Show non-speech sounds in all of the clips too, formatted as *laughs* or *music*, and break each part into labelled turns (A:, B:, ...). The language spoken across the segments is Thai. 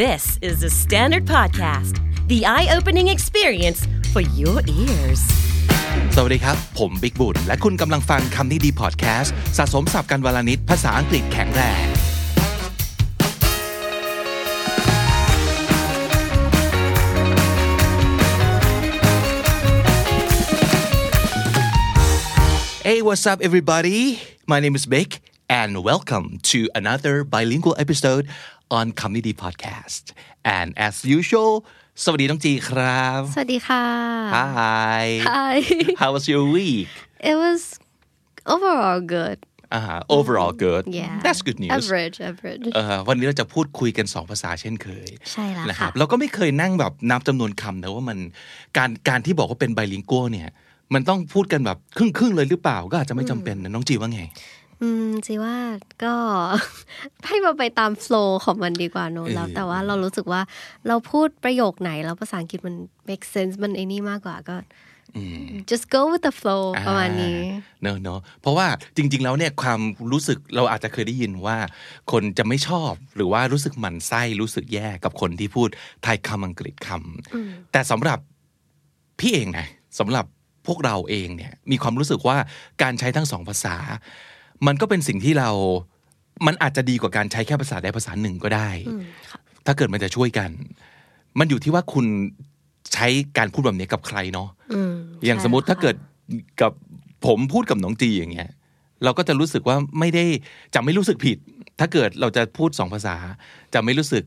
A: This is the Standard Podcast, the eye opening experience for your ears.
B: สวัสดีครับ ผมบิ๊กบุญ และคุณกำลังฟังคำนี้ดีพอดแคสต์สะสมสับการวลนิดภาษาอังกฤษแข็งแรง Hey what's up everybody my name is Vic and welcome to another bilingual episode on คำนี้ดี podcast and as usual สวัสดีน้องจีครับ
C: สวัสดีค่ะ
B: Hi *laughs*
C: Hi.
B: How was your week
C: It was overall good.
B: uh, overall good
C: Yeah.
B: that's good news
C: Average, average.
B: เอ่อวันนี้เราจะพูดคุยกันสองภาษาเช่นเคย
C: ใช่แล้วค่ะ
B: นะครับเราก็ไม่เคยนั่งแบบนับจำนวนคำนะว่ามันการการที่บอกว่าเป็นไบลิงกัวเนี่ยมันต้องพูดกันแบบครึ่งครึ่งๆเลยหรือเปล่าก็อาจจะไม่จำเป็นนะน้องจีว่าไง
C: อืมจีว่าก็ ให้มันไปตามโฟล์ของมันดีกว่าเนอะแล้วแต่ว่าเรารู้สึกว่าเราพูดประโยคไหน แล้วภาษาอังกฤษมัน make sense มันไอ้นี่มากกว่าก็ just go with the flow ประมาณนี้
B: เนอะเนอะเพราะว่าจริง ๆ แล้วเนี่ยความรู้สึกเราอาจจะเคยได้ยินว่า คนจะไม่ชอบหรือว่ารู้สึกหมันไส้รู้สึกแย่กับคนที่พูดไทยคำอังกฤษคำแต่สำหรับพี่เองนะสำหรับพวกเราเองเนี่ยมีความรู้สึกว่าการใช้ทั้งสองภาษา มันก็เป็นสิ่งที่เรา มันอาจจะดีกว่าการใช้แค่ภาษาใดภาษาหนึ่งก็ได้ ถ้าเกิดมันจะช่วยกัน มันอยู่ที่ว่าคุณใช้การพูดแบบนี้กับใครเนาะ
C: อืม
B: อย่าง
C: ใช่
B: สมมติ
C: ค่ะ
B: ถ้าเกิดกับผมพูดกับน้องจีอย่างเงี้ยเราก็จะรู้สึกว่าไม่ได้จะไม่รู้สึกผิด ถ้าเกิดเราจะพูดสองภาษา จะไม่รู้สึก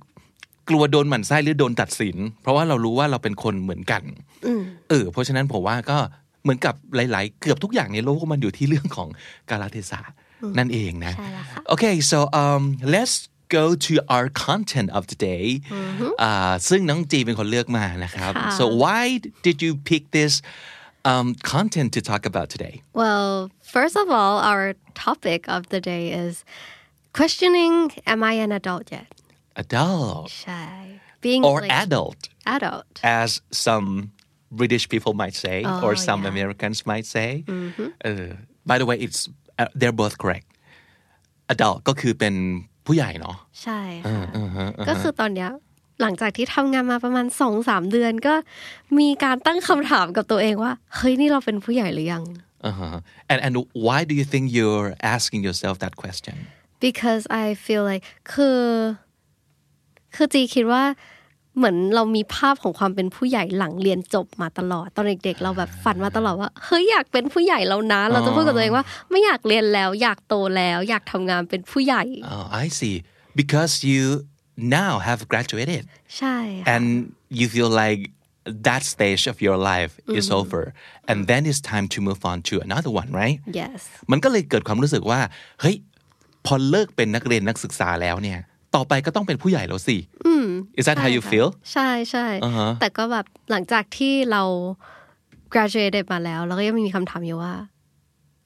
B: กลัวโดนหมั่นไส้หรือโดนตัดสิน เพราะว่าเรารู้ว่าเราเป็นคนเหมือนกัน
C: อืม
B: เออเพราะฉะนั้นผมว่าก็เหมือนกับหลาย ๆ เกือบทุกอย่างในโลกมันอยู่ที่เรื่องของกาลเทศะนั่นเองนะ
C: ใช่แล้วค่ะ
B: Okay so um let's go to our content of today อ่าซึ่งน้องจีเป็นคนเลือกมานะครับ
C: ค่ะ
B: so why did you pick this um content to talk about today
C: Well, first of all, our topic of the day is questioning am I an adult yet?
B: adult
C: ใช่ Being
B: or
C: like
B: adult
C: adult.
B: as some British people might say or
C: Oh,
B: some
C: yeah. Mm-hmm.
B: Americans might say เออ by the way it's uh, they're both correct adult ก็คือเป็นผู้ใหญ่เนาะ
C: ใช่ค่ะก็คือตอนเนี้ยหลังจากที่ทำงานมาประมาณสองสามเดือน ก็มีการตั้งคำถามกับตัวเองว่า เฮ้ย นี่เราเป็นผู้ใหญ่หรือยัง
B: uh-huh. and and why do you think you're asking yourself that question
C: because I feel like คือ คือจีคิดว่าเหมือนเรามีภาพของความเป็นผู้ใหญ่หลังเรียนจบมาตลอด ตอนเด็กๆ เราแบบฝันมาตลอดว่าเฮ้ยอยากเป็นผู้ใหญ่แล้วนะ เราจะพูดกับตัวเองว่าไม่อยากเรียนแล้วอยากโตแล้ว อยากทำงานเป็นผู้ใหญ่
B: Oh, I see. Because you now have graduated
C: ใช่ค่ะ
B: and you feel like that stage of your life
C: Mm-hmm.
B: is over and then it's time to move on to another one, right?
C: yes
B: มันก็เลยเกิดความรู้สึกว่า เฮ้ย พอเลิกเป็นนักเรียนนักศึกษาแล้วเนี่ย ต่อไปก็ต้องเป็นผู้ใหญ่แล้วสิ Is that how you
C: ใช่ค่ะ
B: feel
C: ใช่ใช่
B: อ่าฮะ
C: แต่ก็แบบหลังจากที่เรา graduated มาแล้วเราก็ยังมีคำถามอยู่ว่า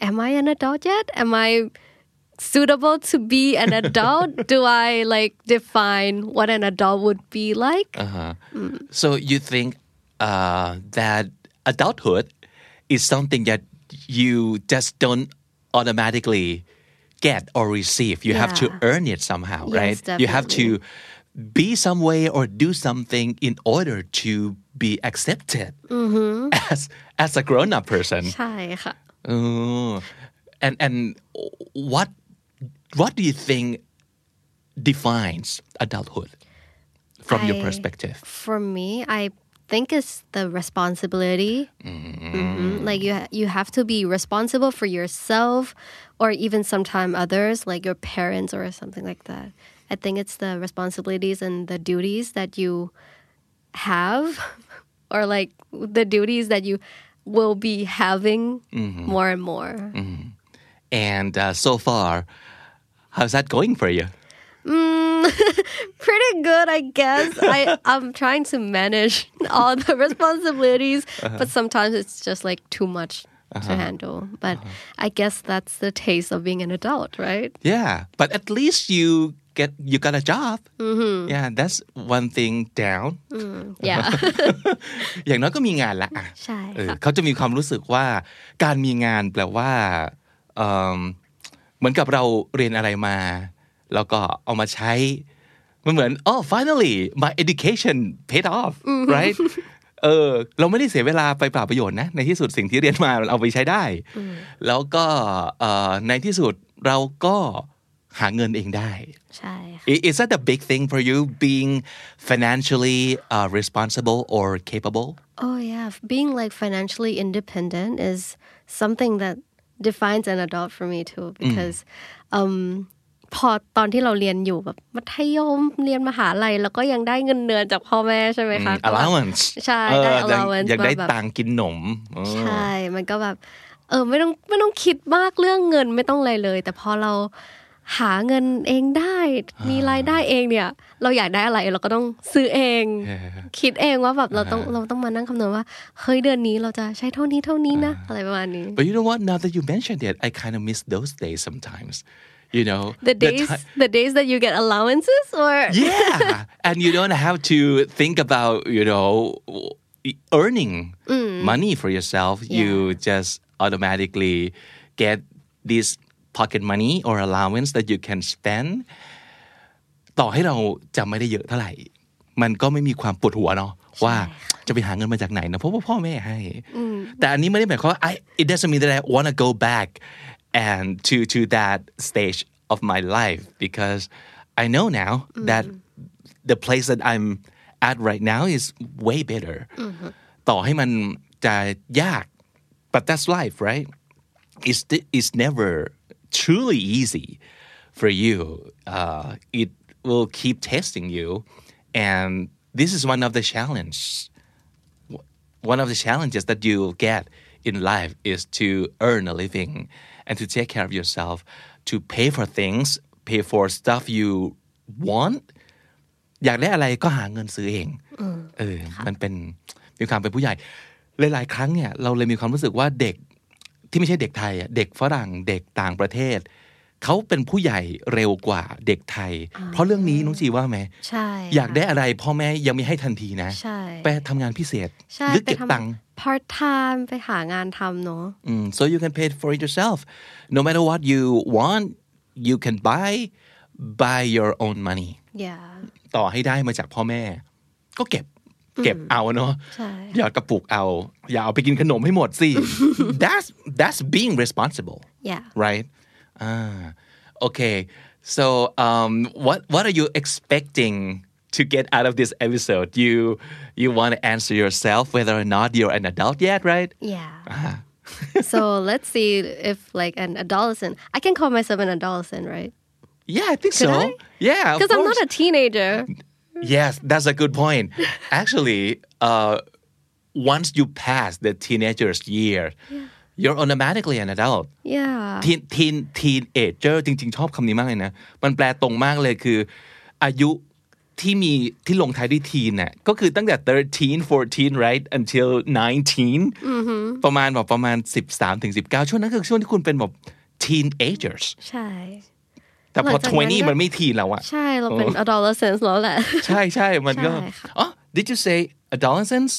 C: am I an adult yet am I suitable to be an adult do I like define what an adult would be like
B: So you think uh, that adulthood is something that you just don't automatically get or receive. You have to
C: Yeah.
B: earn it somehow,
C: Yes,
B: right? You have to
C: definitely.
B: be some way or do something in order to be accepted as as a grown-up person.
C: ใช่ค่ะ
B: Oh. And and what what do you think defines adulthood from your
C: I-
B: perspective?
C: for me I think it's the responsibility Mhm. like you ha- you have to be responsible for yourself or even sometime others like your parents or something like that I think it's the responsibilities and the duties that you have *laughs* or like the duties that you will be having more and more
B: And uh, so far, how's that going for you?
C: pretty good, I guess. *laughs* I I'm trying to manage *laughs* all the responsibilities, but sometimes it's just like too much to handle. But I guess that's the taste of being an adult, right?
B: Yeah, but at least you get you got a job. Yeah, that's one thing down.
C: *laughs* Yeah.
B: อย่างน้อยก็มีงานละอ่ะ
C: ใช่ค่ะ
B: เออเขาจะมีความรู้สึกว่าการมีงานแปลว่าเอิ่มเหมือนกับเราเรียนอะไรมา แล้วก็เอามาใช้ มันเหมือน oh finally my education paid off
C: *laughs*
B: right เออเราไม่ได้เสียเวลาไปเปล่าประโยชน์นะ ในที่สุดสิ่งที่เรียนมามันเอาไปใช้ได้ แล้วก็เอ่อในที่สุดเราก็หาเงินเองได้
C: ใช่ค่ะ
B: I- Is that a big thing for you being financially uh, responsible or capable?
C: Oh yeah, F- being like financially independent is something that defines an adult for me too because um พอตอนที่เราเรียนอยู่แบบมัธยมเรียนมหาลัยแล้วก็ยังได้เงินเดือนจากพ่อแม่ใช่ไหมคะ
B: allowance
C: ใช่
B: เออ
C: ได้
B: ยัง
C: allowance
B: ยังได้
C: มาแบบ
B: ตังค์กินหนมเออ
C: ใช่ มันก็แบบเออไม่ต้องไม่ต้องคิดมากเรื่องเงินไม่ต้องอะไรเลย แต่พอเราหาเงินเองได้ มีรายได้เองเนี่ย เราอยากได้อะไรเราก็ต้องซื้อเอง คิดเองว่าแบบเราต้องเราต้องมานั่งคำนวณว่าเฮ้ยเดือนนี้เราจะใช้เท่านี้เท่านี้นะอะไรประมาณนี้
B: But you know what? Now that you mentioned it, I kind of miss those days sometimes. You know,
C: the days
B: ti-
C: the days that you get allowances or
B: yeah, and you don't have to think about you know earning
C: Mm.
B: money for yourself. You just automatically get this pocket money or allowance that you can spend. ต่อให้เราจะไม่ได้เยอะเท่าไหร่ มันก็ไม่มีความปวดหัวเนาะว่าจะไปหาเงินมาจากไหนนะเพราะว่าพ่อแม่ให้ แต่อันนี้ไม่ได้หมายความว่า I it doesn't mean that I want to go back and to to that stage of my life because I know now that the place that I'm at right now is way better ต่อให้มันจะยาก but that's life right it's it's never truly easy for you. Uh, it will keep testing you, and this is one of the challenge. One of the challenges that you will get in life is to earn a living and to take care of yourself, to pay for things, pay for stuff you want. อยากได้อะไรก็หาเงินซื้อเอง เออ มันเป็นมีความเป็นผู้ใหญ่ หลาย ๆ ครั้งเนี่ย เราเลยมีความรู้สึกว่าเด็กที่ไม่ใช่เด็กไทยอ่ะ เด็กฝรั่ง เด็กต่างประเทศ เขาเป็นผู้ใหญ่เร็วกว่าเด็กไทย เพราะเรื่องนี้น้องจีว่าไหม
C: ใช่
B: อยากได้
C: ค่ะ
B: อะไรพ่อแม่ยังไม่ให้ทันทีนะ
C: ใช่
B: ไปทำงานพิเศษ
C: ใช่
B: หรือ
C: ไป
B: เก็บ
C: ทำ
B: ตังค์
C: part time ไปหางานทำเนาะ
B: Mm, so you can pay for it yourself. No matter what you want, you can buy by your own money.
C: yeah
B: ต่อให้ได้มาจากพ่อแม่ ก็เก็บ เก็บเอาเนาะ
C: ใช่
B: หยอดกระปุกเอา อย่าเอาไปกินขนมให้หมดสิ
C: *laughs*
B: that's that's being responsible
C: yeah
B: right ah okay so um what what are you expecting to get out of this episode you you want to answer yourself whether or not you're an adult yet right
C: Yeah.
B: Ah. *laughs*
C: so let's see if like an adolescent. I can call myself an adolescent, right?
B: yeah I think so
C: I?
B: yeah of
C: Because I'm not
B: course.
C: a
B: *laughs*
C: teenager.
B: Yes, that's a good point.
C: *laughs*
B: Actually, uh, once you pass the teenager's year, you're automatically an adult.
C: Yeah.
B: Teen teen teenager จริง ๆ ชอบคำนี้มากเลยนะ มันแปลตรงมากเลยคือ อายุที่มีที่ลงท้ายด้วย teen น่ะก็คือตั้งแต่ 13 14 right until 19 ประมาณแบบประมาณ 13ถึง19 ช่วงนั้นคือช่วงที่คุณเป็นแบบ teenagers
C: ใช่
B: แต่พ
C: ห
B: อ
C: ลังจากนั้นก็
B: 20 มันไม่ teen แล้วอะ
C: ใช่เราเป็น adolescent แล้วแหละ
B: ใช่ใช่มันก็
C: ใช่ค่ะ
B: อ๋อ did you say adolescence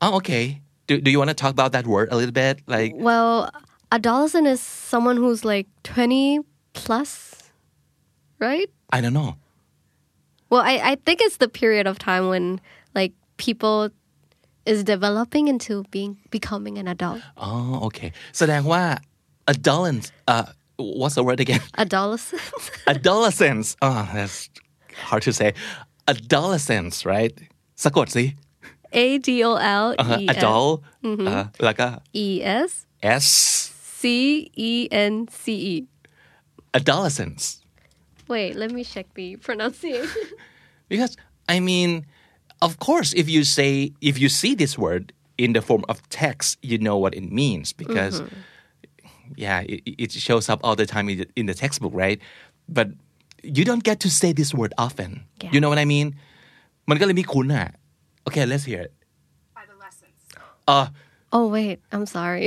B: อ๋อ okay do do you want to talk about that word a little bit like
C: *laughs* Well, adolescent is someone who's like 20 plus, right?
B: I don't know
C: Well, I, I think it's the period of time when like people is developing into being becoming an adult.
B: อ๋อ Oh, okay แสดงว่า adolescence อ่ what's the word again *laughs*
C: Adolescent. *laughs*
B: adolescence อ๋อ that's hard to say adolescence right สะกดสิ
C: A D O L
B: อ่าฮะ
C: E S
B: adult อ่า uh, แล้วก็
C: E S
B: s
C: C E N C E.
B: adolescence
C: Wait, let me check the pronunciation.
B: Because I mean, of course, if you say if you see this word in the form of text, you know what it means because yeah, it, it shows up all the time in the, in the textbook, right? But you don't get to say this word often. You know what I mean? มันก็เลยไม่คุ้นอ่ะ Okay, let's hear it. Adolescence.
C: *laughs* Oh, wait, I'm sorry.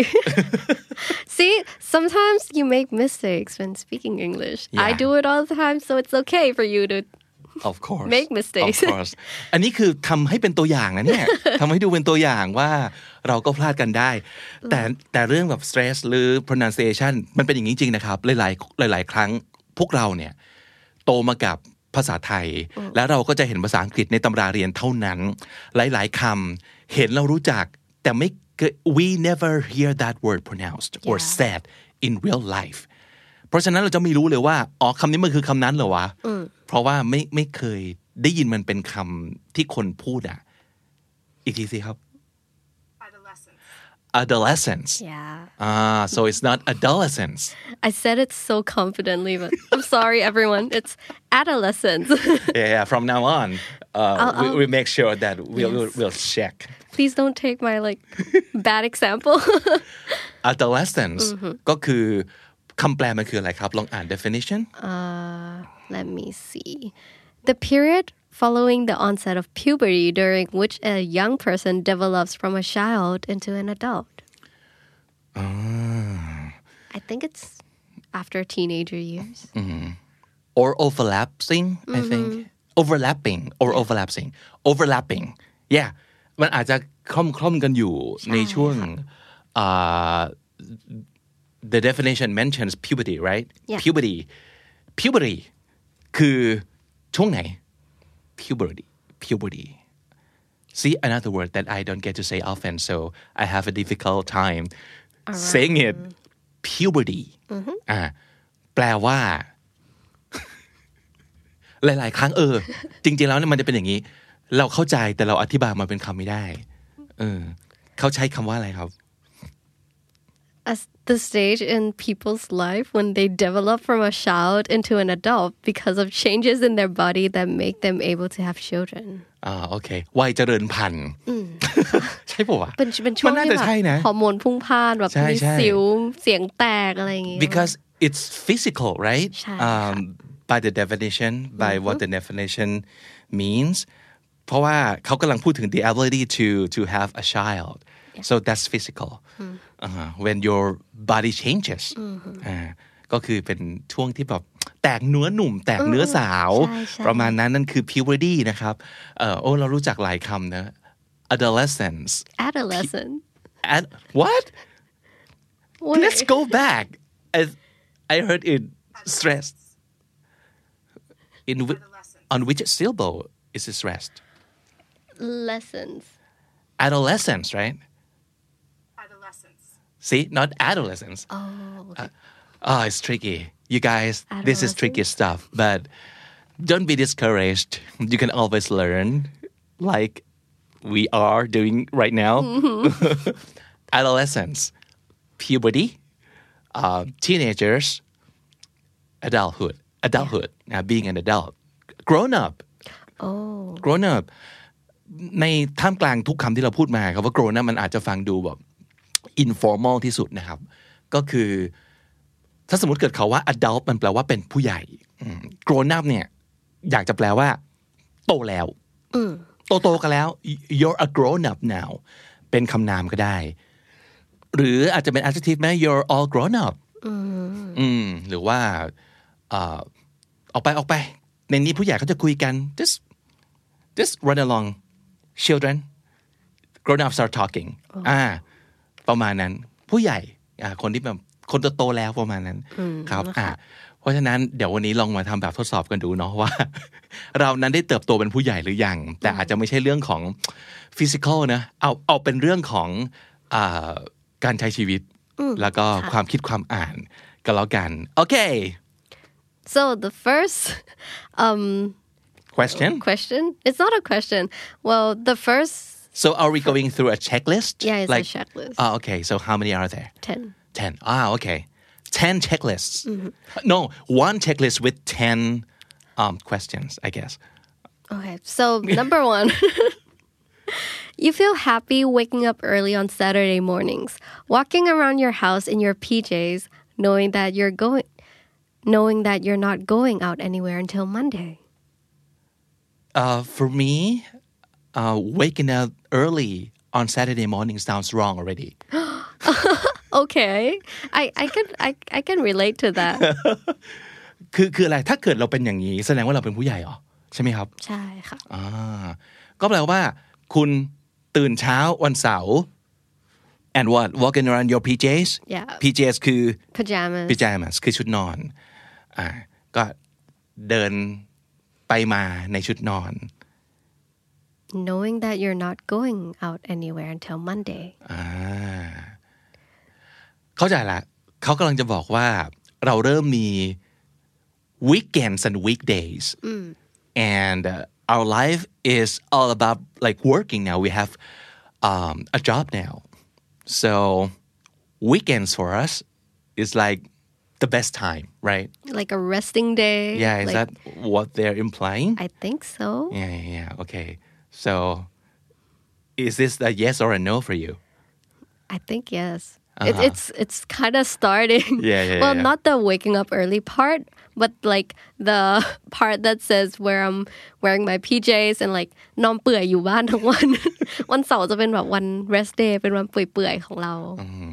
C: *laughs* See, sometimes you make mistakes when speaking English. I
B: Yeah.
C: do it all the time, so it's okay for you to.
B: Uh, of course.
C: Make mistakes.
B: Of course. อันนี้คือทำให้เป็นตัวอย่างนะเนี่ย ทำให้ดูเป็นตัวอย่างว่าเราก็พลาดกันได้ แต่แต่เรื่องแบบ stress หรือ pronunciation มันเป็นอย่างนี้จริงนะครับ หลายๆหลาย ๆ ครั้งพวกเราเนี่ย โตมากับ ภาษาไทย และเราก็จะเห็นภาษาอังกฤษในตำราเรียนเท่านั้น หลาย ๆคำเห็นเรารู้จักแต่ไม่เคย we never hear that word pronounced or
C: Yeah.
B: said in real life เพราะฉะนั้นเราจะไม่รู้เลยว่าอ๋อคำนี้มันคือคำนั้นเหรอวะเพราะว่าไม่ไม่เคยได้ยินมันเป็นคำที่คนพูดอ่ะ อีกทีสิครับ adolescence
C: Yeah.
B: ah so it's not adolescence
C: I said it so confidently, but I'm sorry, everyone. It's adolescence. *laughs*
B: yeah, yeah from now on uh, we, we make sure that we'll,
C: Yes.
B: we'll, we'll check
C: Please don't take my like bad example.
B: adolescence ก็คือคำแปลมันคืออะไรครับ ลองอ่าน definition
C: Let me see. The period following the onset of puberty during which a young person develops from a child into an adult.
B: Ah.
C: I think it's after teenager years. *laughs*
B: or overlapping I think overlapping or overlapping overlapping yeah มันอาจจะคล่อมคล่อมกันอยู่ในช่วงอ่า the definition mentions puberty right
C: Yeah.
B: puberty puberty คือช่วงไหน puberty puberty see another word that I don't get to say often so I have a difficult time saying it puberty อ่าแปลว่า หลาย ๆ ครั้งเอ
C: *laughs*
B: อ จริง ๆ แล้วเนี่ยมันจะเป็นอย่างนี้ เราเข้าใจแต่เราอธิบายมันเป็นคำไม่ได้ เออ เขาใช้คำว่าอะไรครับ
C: As the stage in people's life when they develop from a child into an adult because of changes in their body that make them able to have children.
B: อ่าโอเควัยเจริญพันธุ์ *laughs* ใช่ป่วะ
C: เป็นเป็นช่ว
B: *laughs* มั
C: ง
B: นน่า
C: ที่
B: จะ
C: แบบ
B: ใช่นะ
C: ฮอร์โมนพุ่งพล่านแบบ
B: ใช่
C: มี
B: ใช่
C: สิวเสียงแตกอะไรอย่างเงี้ย
B: because it's physical right
C: ใช่
B: um, by the definition by what the definition means เพราะว่าเขากำลังพูดถึง the ability to to have a child so that's physical อ่า when your body changes อ่าก็คือเป็นช่วงที่แบบแตกเนื้อหนุ่ม แตกเนื้อสาว
C: ใช่ใช่
B: ประมาณนั้นนั่นคือ puberty นะครับเออโอ้เรารู้จักหลายคำนะ adolescence
C: adolescent
B: and what
C: What-
B: Let's go back. As I heard it stressed. In whi- on which syllable is it stressed?
C: lessons
B: Adolescence, right? See, not adolescence. Oh, oh it's tricky. You guys, this is tricky stuff. But don't be discouraged. You can always learn, like we are doing right now. Mm-hmm. *laughs* Adolescence, puberty, uh, teenagers, adulthood, adulthood, uh, being an adult, grown up. Oh, grown up. ในท่ามกลางทุกคำที่เราพูดมาครับว่า grown up มันอาจจะฟังดูแบบ informal ที่สุดนะครับ ก็คือ ถ้าสมมติเกิดเขาว่า adult มันแปลว่าเป็นผู้ใหญ่อืม grown up เนี่ย อยากจะแปลว่า โตแล้วโตโตๆกันแล้ว you're a grown up now เป็นคำนามก็ได้ หรืออาจจะเป็น adjective ไหม you're all grown up อืมหรือว่าเอ่อออกไปออกไป ในนี้ผู้ใหญ่เขาจะคุยกัน just just run along children grown ups are talking อ่า ประมาณนั้น ผู้ใหญ่อ่าคนที่แบบคนโตๆแล้วประมาณนั้นครับอ่าเพราะฉะนั้นเดี๋ยววันนี้ลองมาทำแบบทดสอบกันดูเนาะว่า *laughs* เรานั้นได้เติบโตเป็นผู้ใหญ่หรือยัง แต่อาจจะไม่ใช่เรื่องของฟิสิกอลนะเอาเอาเป็นเรื่องของอ่าการใช้ชีวิต แล้วก็ความคิดความอ่านก็แล้วกัน โอเค
C: so the first *laughs* um
B: question
C: question it's not a question well the first
B: so are we going through a checklist
C: yeah it's
B: like
C: a checklist
B: oh, okay so how many are there
C: 10
B: 10 ah okay 10 checklists no one checklist with 10 um, questions i guess
C: okay so *laughs* number one You feel happy waking up early on Saturday mornings, walking around your house in your PJs, knowing that you're going knowing that you're not going out anywhere until Monday.
B: uh, for me uh, waking up early on saturday morning sounds wrong already
C: Okay. I, I can I, I can relate to that.
B: คือคืออะไรถ้าเกิดเราเป็นอย่างนี้ แสดงว่าเราเป็นผู้ใหญ่เหรอ ใช่ไหมครับ
C: ใช่ค่ะ
B: อ่าก็แปลว่า คุณตื่นเช้าวันเสาร์ and what walking around your PJs
C: Yeah.
B: PJs คือ
C: pajamas
B: พิจามัสคือชุดนอน อ่า ก็เดิน ไปมาในชุดนอน
C: knowing that you're not going out anywhere until Monday.
B: อ่าเข้าใจละเขากำลังจะบอกว่าเราเริ่มมี weekends and weekdays and uh, our life is all about like working now we have um, a job now so weekends for us is like the best time right
C: Like a resting day.
B: yeah is
C: like,
B: that what they're implying
C: I think so.
B: yeah yeah, yeah okay so is this a yes or a no for you
C: I think yes. It, it's it's kind of starting.
B: Uh-huh. *laughs* Yeah, yeah,
C: well,
B: yeah.
C: not the waking up early part, but like the *laughs* part that says where I'm wearing my PJs and like นอนเปื่อยอยู่บ้านทั้งวัน *laughs* วันเสาร์จะเป็นแบบวัน rest day เป็นวันเปื่อยๆของเรา
B: Mm-hmm.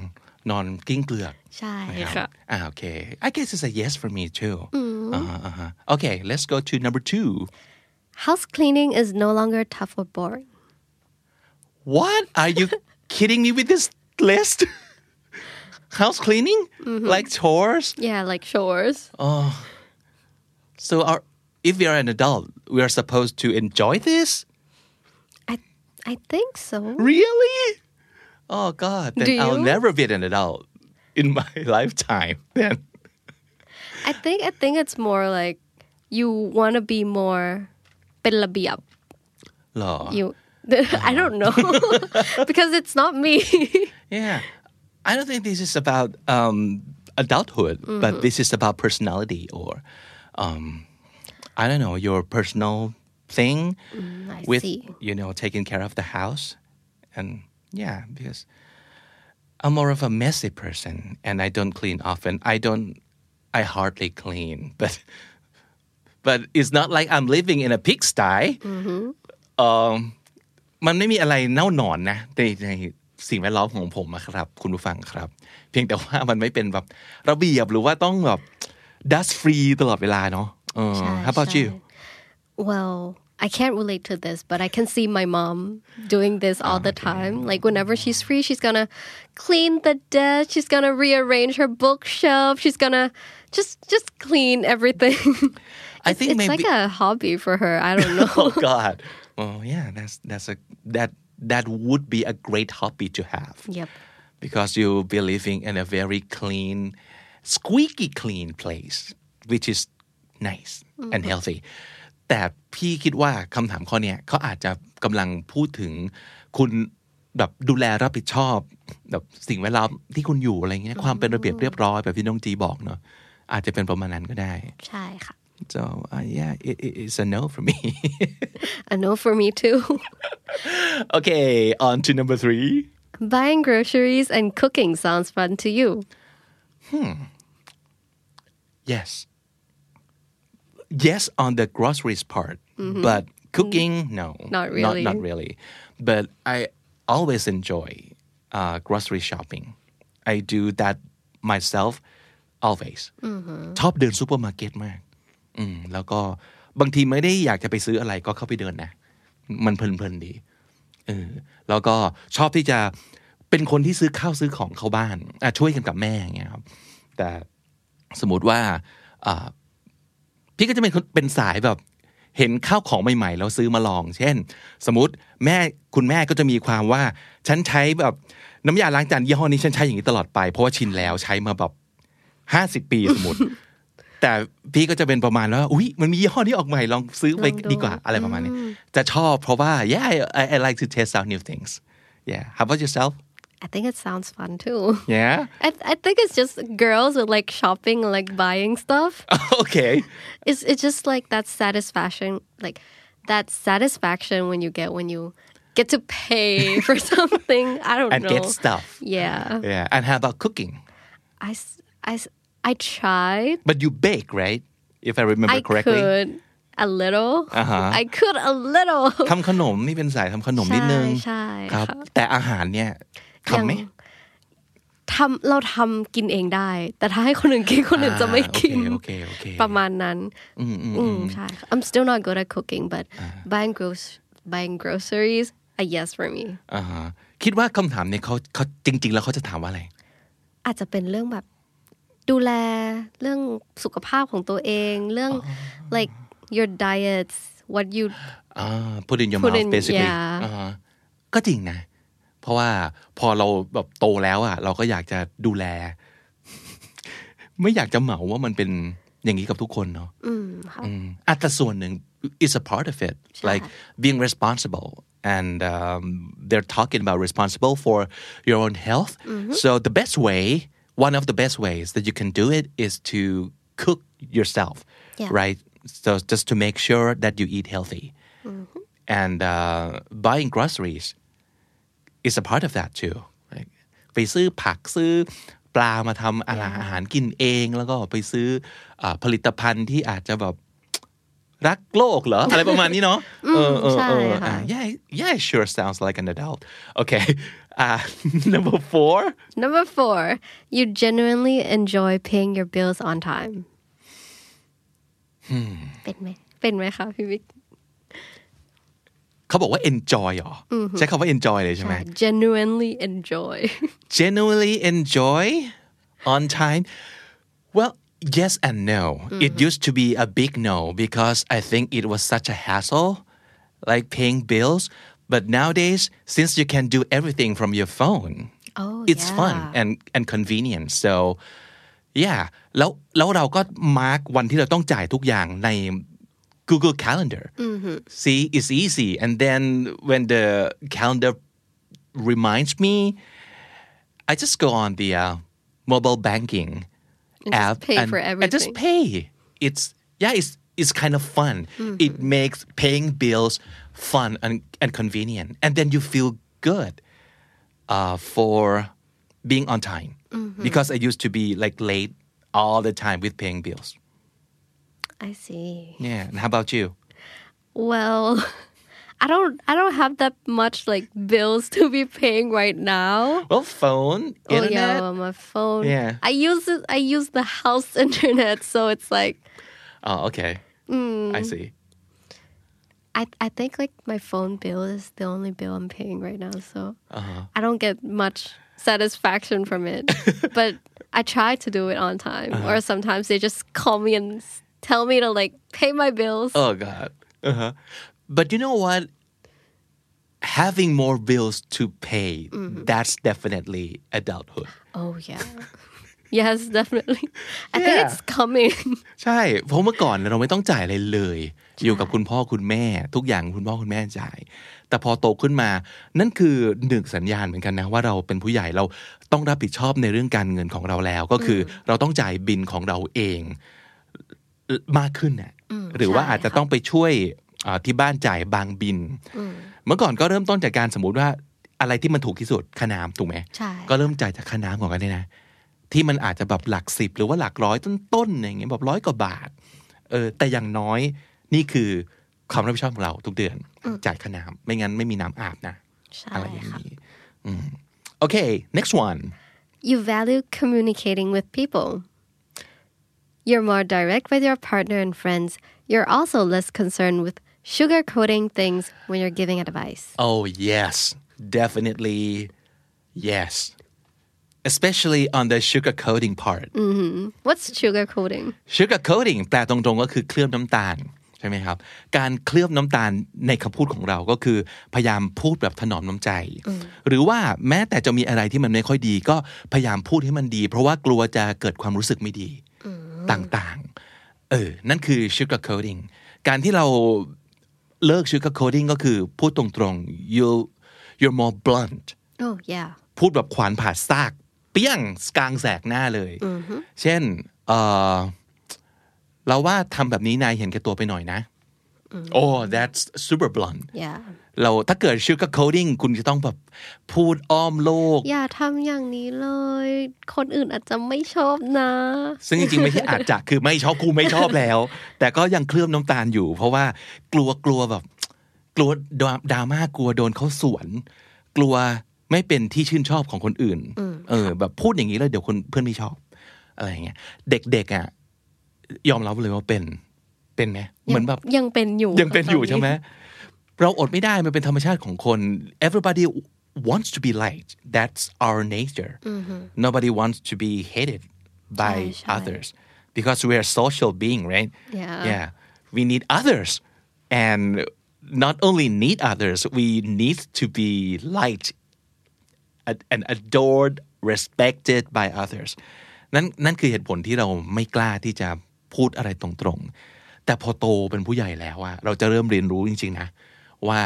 B: นอนกิ้งเกลือก
C: ใช่
B: นะครับ
C: ค่ะ
B: อ่าโอเค Ah, I guess it's a yes for me too
C: Mm-hmm.
B: อ่าฮะอ่าฮะ Okay let's go to number two
C: House cleaning is no longer tough or boring.
B: What are
C: *laughs*
B: you kidding me with this list *laughs* House cleaning
C: Mm-hmm.
B: like chores
C: Yeah, like chores.
B: Oh. so our if we are an adult we are supposed to enjoy this
C: I I think so.
B: really Oh God then
C: Do you?
B: I'll never be an adult in my *laughs* lifetime then
C: I think I think it's more like you want to be more เป็นระเบียบ
B: หรอ
C: you *laughs* I don't know *laughs* because it's not me *laughs*
B: Yeah. I don't think this is about um, adulthood,
C: Mm-hmm.
B: but this is about personality or, um, I don't know, your personal thing
C: Mm, I
B: with,
C: see.
B: you know, taking care of the house. And yeah, because I'm more of a messy person and I don't clean often. I don't, I hardly clean, *laughs* but. But it's not like I'm living in a pigsty.
C: Mm-hmm.
B: Um, มันไม่มีอะไรเน่าหนอนนะในในสิ่งแวดล้อมของผมอะครับ คุณผู้ฟังครับ เพียงแต่ว่ามันไม่เป็นแบบระเบียบหรือว่าต้องแบบ dust free ตลอดเวลาเนาะเออ
C: ใช่
B: How about
C: ใช่
B: you
C: well I can't relate to this but I can see my mom doing this all the time like whenever she's free she's gonna clean the desk she's gonna rearrange her bookshelf she's gonna just just clean everything *laughs*
B: I think
C: it's
B: maybe
C: like a hobby for her I don't know
B: *laughs*
C: *laughs*
B: oh god oh yeah that's that's a that that would be a great hobby to have
C: yep
B: because you'll be living in a very clean, squeaky clean place, which is nice and healthy. แต่พี่คิดว่าคำถามข้อเนี้ยเขาอาจจะกำลังพูดถึงคุณแบบดูแลรับผิดชอบแบบสิ่งแวดล้อมที่คุณอยู่อะไรเงี้ยความเป็นระเบียบเรียบร้อยแบบที่น้องจีบอกเนาะอาจจะเป็นประมาณนั้นก็ได้
C: ใช่ค่ะ
B: so uh, yeah it, it- it's a no for me *laughs*
C: I know for me too *laughs*
B: okay on to number three
C: Buying groceries and cooking sounds fun to you.
B: Yes. Yes, on the groceries part, but cooking, no,
C: Not
B: not,
C: really.
B: not really. But I always enjoy uh, grocery shopping. I do that myself always. ชอบเดินซูเปอร์มาร์เก็ตมากอืมแล้วก็บางทีไม่ได้อยากจะไปซื้ออะไรก็เข้าไปเดินนะ มันเพลินๆดีเออแล้วก็ชอบที่จะเป็นคนที่ซื้อข้าวซื้อของเข้าบ้านอ่ะช่วยกันกับแม่อย่างเงี้ยครับ แต่สมมติว่าอ่า พี่ก็จะเป็นคนเป็นสายแบบเห็นข้าวของใหม่ๆ แล้วซื้อมาลอง เช่น สมมติแม่คุณแม่ก็จะมีความว่า ฉันใช้แบบน้ำยาล้างจานยี่ห้อนี้ฉันใช้อย่างนี้ตลอดไป เพราะว่าชินแล้วใช้มาแบบห้าสิบ50 ปีสมมติ *laughs* แต่พี่ก็จะเป็นประมาณว่าอุ้ยมันมียี่ห้อนี้ออกใหม่ลองซื้อไป
C: ลองดู
B: ดีกว่าอะไรประมาณนี้จะชอบเพราะว่า yeah I, I like to test out new things yeah how about yourself
C: I think it sounds fun too.
B: yeah *laughs*
C: I, I think it's just girls with like shopping, like buying
B: *laughs*
C: stuff.
B: okay
C: It's it's just like that satisfaction, like that satisfaction when you get when you get to pay *laughs* for something. I don't
B: and
C: know.
B: get stuff
C: Yeah,
B: yeah and how about cooking
C: I s- I s- I tried.
B: But you bake, right? If I remember
C: I
B: correctly.
C: could a little.
B: Uh-huh.
C: *laughs* I could a little.
B: ทำขนมนี่เป็นสายทำขนมนิดนึง
C: ใช่ใช่
B: ครับ
C: ค่ะ
B: แต่อาหารเนี่ยทำไหม
C: ทำเราทำกินเองได้ แต่ถ้าให้คนอื่นกินคนอื่นจะไม่กิน
B: โอเคโอเคโอเค
C: ประมาณนั้นอืมใช่ค่ะ I'm still not good at cooking but buying gross buying groceries a yes for me
B: อ่าฮะคิดว่าคำถามเนี่ยเขาเขาจริง ๆ แล้วเขาจะถามว่าอะไร
C: อาจจะเป็นเรื่องแบบ ดูแลเรื่องสุขภาพของตัวเอง เรื่อง like your diets, what you
B: uh, put in your
C: Put
B: mouth
C: in-
B: basically
C: yeah.
B: อ่าฮะก็จริงนะ เพราะว่าพอเราแบบโตแล้วอ่ะ เราก็อยากจะดูแล *laughs* ไม่อยากจะเหมาว่ามันเป็นอย่างนี้กับทุกคนเนาะ
C: mm,
B: อืมอ่ะแต่ส่วนหนึ่ง is a part of it like being responsible and um, they're talking about responsible for your own health so the best way one of the best ways that you can do it is to cook yourself
C: Yeah.
B: right so just to make sure that you eat healthy and uh, buying groceries is a part of that too right? ไปซื้อผักซื้อปลามาทำอาหารอาหารกินเอง แล้วก็ไปซื้ออ่าผลิตภัณฑ์ที่อาจจะแบบ รักโลกเหรอ อะไรประมาณนี้เนาะเออเออเออ
C: ใช่ค่ะ
B: อ่ะ yeah yeah it sure sounds like an adult okay *laughs* uh, number four
C: Number four, you genuinely enjoy paying your bills on time. Hmm. เป็นไหมเป็นไหมคะพี่บิ๊ก
B: เขาบอกว่า enjoy เหรอใช้คำว่า enjoy เลยใช่ไหม
C: genuinely enjoy *laughs*
B: generally enjoy on time? Well, yes and no.
C: Mm-hmm.
B: It used to be a big no because I think it was such a hassle, like paying bills. But nowadays, since you can do everything from your phone,
C: Oh,
B: it's fun
C: yeah.
B: and and convenient. So yeah แล้วแล้วเราก็มาร์กวันที่เราต้องจ่ายทุกอย่างใน Google Calendar
C: Mm-hmm.
B: see it's easy and then when the calendar reminds me I just go on the uh, mobile banking app
C: pay for
B: I just
C: everything.
B: pay it's yeah it's it's kind of fun
C: Mm-hmm.
B: it makes paying bills fun and, and convenient and then you feel good uh, for being on time
C: Mm-hmm.
B: because I used to be like late all the time with paying bills.
C: I see
B: Yeah, and how about you?
C: well *laughs* I don't I don't have that much like bills to be paying right now
B: Well, phone,
C: oh yeah
B: internet.
C: on my phone
B: Yeah.
C: I use it I use the house *laughs* internet so it's like
B: Oh, okay.
C: Mm.
B: I see.
C: I I think like my phone bill is the only bill I'm paying right now so I don't get much satisfaction from it but I try to do it on time or sometimes they just call me and s- tell me to like pay my bills
B: Oh God. Uh-huh. But you know what? Having more bills to pay, that's definitely adulthood.
C: Oh yeah. *laughs* yes, definitely. I think
B: Yeah.
C: it's coming. *laughs*
B: ใช่เพราะเมื่อก่อนเราไม่ต้องจ่ายอะไรเลย อยู่กับคุณพ่อคุณแม่ ทุกอย่างคุณพ่อคุณแม่จ่าย แต่พอโตขึ้นมา นั่นคือหนึ่งสัญญาณเหมือนกันนะ ว่าเราเป็นผู้ใหญ่เราต้องรับผิดชอบในเรื่องการเงินของเราแล้ว ก็คือเราต้องจ่ายบินของเราเองมากขึ้นนะหรือว่าอาจจะต้องไปช่วยอ่าที่บ้านจ่ายบางบิน เมื่อก่อนก็เริ่มต้นจากการสมมติว่าอะไรที่มันถูกที่สุดค่าน้ำถูกไหม
C: ใช่
B: ก็เริ่มจ่ายจากค่าน้ำก่อนก็ได้นะ ที่มันอาจจะแบบหลักสิบหรือว่าหลักร้อยต้นๆอย่างเงี้ยแบบร้อยกว่าบาท เออแต่อย่างน้อยนี่คือความรับผิดชอบของเราทุกเดือน จ่ายค่าน้ำไม่งั้นไม่มีน้ำอาบนะ อะไรอย่างนี้อืมโอเค next one
C: You value communicating with people. You're more direct with your partner and friends. You're also less concerned with sugarcoating things when you're giving advice.
B: Oh, yes. Definitely. Yes. Especially on the sugar coating part.
C: What's sugarcoating?
B: Sugar coating แปลตรงๆก็คือเคลือบน้ำตาล ใช่ไหมครับ การเคลือบน้ำตาลในคำพูดของเราก็คือ พยายามพูดแบบถนอมน้ำใจ หรือว่าแม้แต่จะมีอะไรที่มันไม่ค่อยดี ก็พยายามพูดให้มันดี เพราะว่ากลัวจะเกิดความรู้สึกไม่ดีต่างๆ เออ นั่นคือ sugar coating การที่เรา เลิก sugar coating ก็คือพูดตรงๆ you you're more blunt
C: Oh yeah.
B: พูดแบบขวานผ่าซาก เปี้ยงกลางแสกหน้าเลย เช่นเอ่อเราว่าทำแบบนี้นายเห็นแก่ตัวไปหน่อยนะ โอ้ that's super blunt
C: Yeah.
B: เราถ้าเกิด sugar coating คุณจะต้องแบบพูดอ้อมโลก
C: อย่าทำอย่างนี้เลยคนอื่นอาจจะไม่ชอบนะ
B: ซึ่งจริงๆ ไม่ใช่อาจจะคือไม่ชอบกูไม่ชอบแล้ว แต่ก็ยังเคลือบน้ำตาลอยู่ เพราะว่ากลัวกลัวแบบ กลัวดราดราม่ากลัวโดนเขาสวน กลัวไม่เป็นที่ชื่นชอบของคนอื่น เออ แบบพูดอย่างนี้แล้วเดี๋ยวคนเพื่อนไม่ชอบ อะไรอย่างเงี้ยเด็กๆอ่ะยอมรับเลยว่าเป็นเป็นไหมเหมือนแบบ
C: *laughs* ยังเป็นอยู่
B: ยังเป็นอยู่ใช่ไหมเราอดไม่ได้มันเป็นธรรมชาติของคน everybody wants to be liked that's our nature nobody wants to be hated by
C: ใช่
B: others because we are social being right
C: Yeah.
B: yeah we need others and not only need others we need to be liked ad- and adored respected by others นั่นนั่นคือเหตุผลที่เราไม่กล้าที่จะพูดอะไรตรงๆ แต่พอโตเป็นผู้ใหญ่แล้วอะเราจะเริ่มเรียนรู้จริงๆนะ ว่า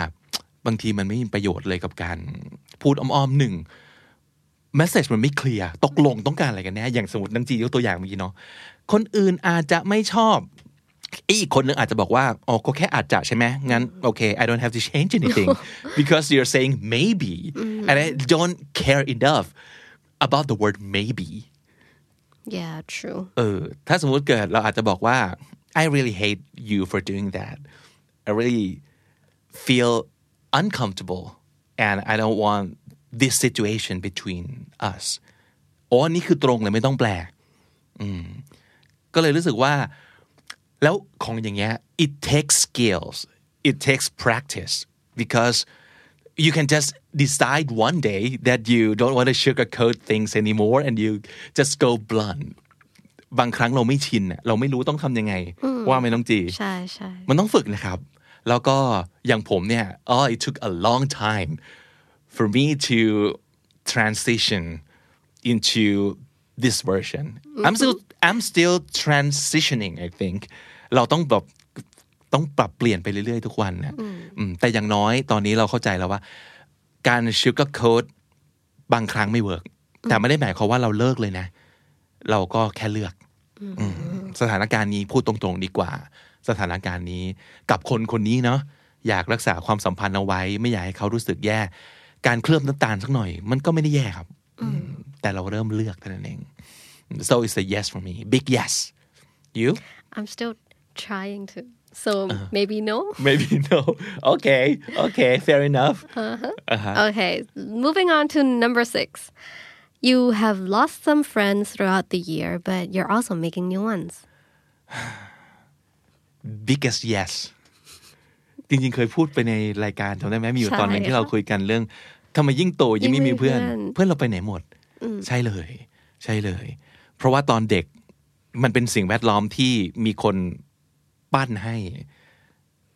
B: บางทีมันไม่มีประโยชน์เลยกับการพูดอ้อมๆหนึ่ง มสเซจมันไม่เคลียร์ตกลงต้องการอะไรกันแน่อย่างสมมติน้ำจียกตัวอย่างเมื่อกี้เนาะคนอื่นอาจจะไม่ชอบอีกคนนึงอาจจะบอกว่าอ๋อก็แค่อาจจะใช่ไหมงั้นโอเค I don't have to change anything because you're saying maybe and I don't care enough about the word maybe
C: Yeah, true.
B: เออถ้าสมมุติเกิดเราอาจจะบอกว่า I really hate you for doing that I really feel uncomfortable and I don't want this situation between us โอ้อันนี่คือตรงเลยไม่ต้องแปลอืมก็เลยรู้สึกว่า แล้วของอย่างเงี้ย it takes skills it takes practice because you can just decide one day that you don't want to sugarcoat things anymore and you just go blunt บางครั้งเราไม่ชินน่ะเราไม่รู้ต้องทำยังไง ว่าไหม่ต้องจี
C: Shy, shy.
B: มันต้องฝึกนะครับ แล้วก็อย่างผมเนี่ยอ๋อ it took a long time for me to transition into this version I'm still I'm still transitioning I think เราต้องแบบต้องปรับเปลี่ยนไปเรื่อยๆ ทุกวันนะอืมแต่อย่างน้อยตอนนี้เราเข้าใจแล้วว่า การ sugar coat บางครั้งไม่เวิร์กแต่ไม่ได้หมายความว่าเราเลิกเลยนะ เราก็แค่เลือก สถานการณ์นี้พูดตรงๆดีกว่า สถานการณ์นี้กับคนคนนี้เนาะอยากรักษาความสัมพันธ์เอาไว้ ไม่อยากให้เขารู้สึกแย่ การเคลือบน้ำตาลสักหน่อย มันก็ไม่ได้แย่ครับอืมแต่เราเริ่มเลือกเท่านั้นเอง so it's a yes for me big yes you
C: I'm still trying to. So
B: Uh-huh.
C: maybe no.
B: maybe *laughs* no okay okay fair enough
C: Okay, moving on to number six. You have lost some friends throughout the year, but you're also making new ones.
B: biggest yes จริงๆ เคยพูดไปในรายการจำได้ไหมมีอยู่ตอนหนึง
C: ใช่
B: ที่เราคุยกันเรื่องทำไมยิ่งโตยิ่งไม่มีเพื่อน
C: ยิ่งไม่มีเพื่อน
B: เพื่อนเราไปไหนหมด ใช่เลย ใช่เลย เพราะว่าตอนเด็กมันเป็นสิ่งแวดล้อมที่มีคนปั้นให้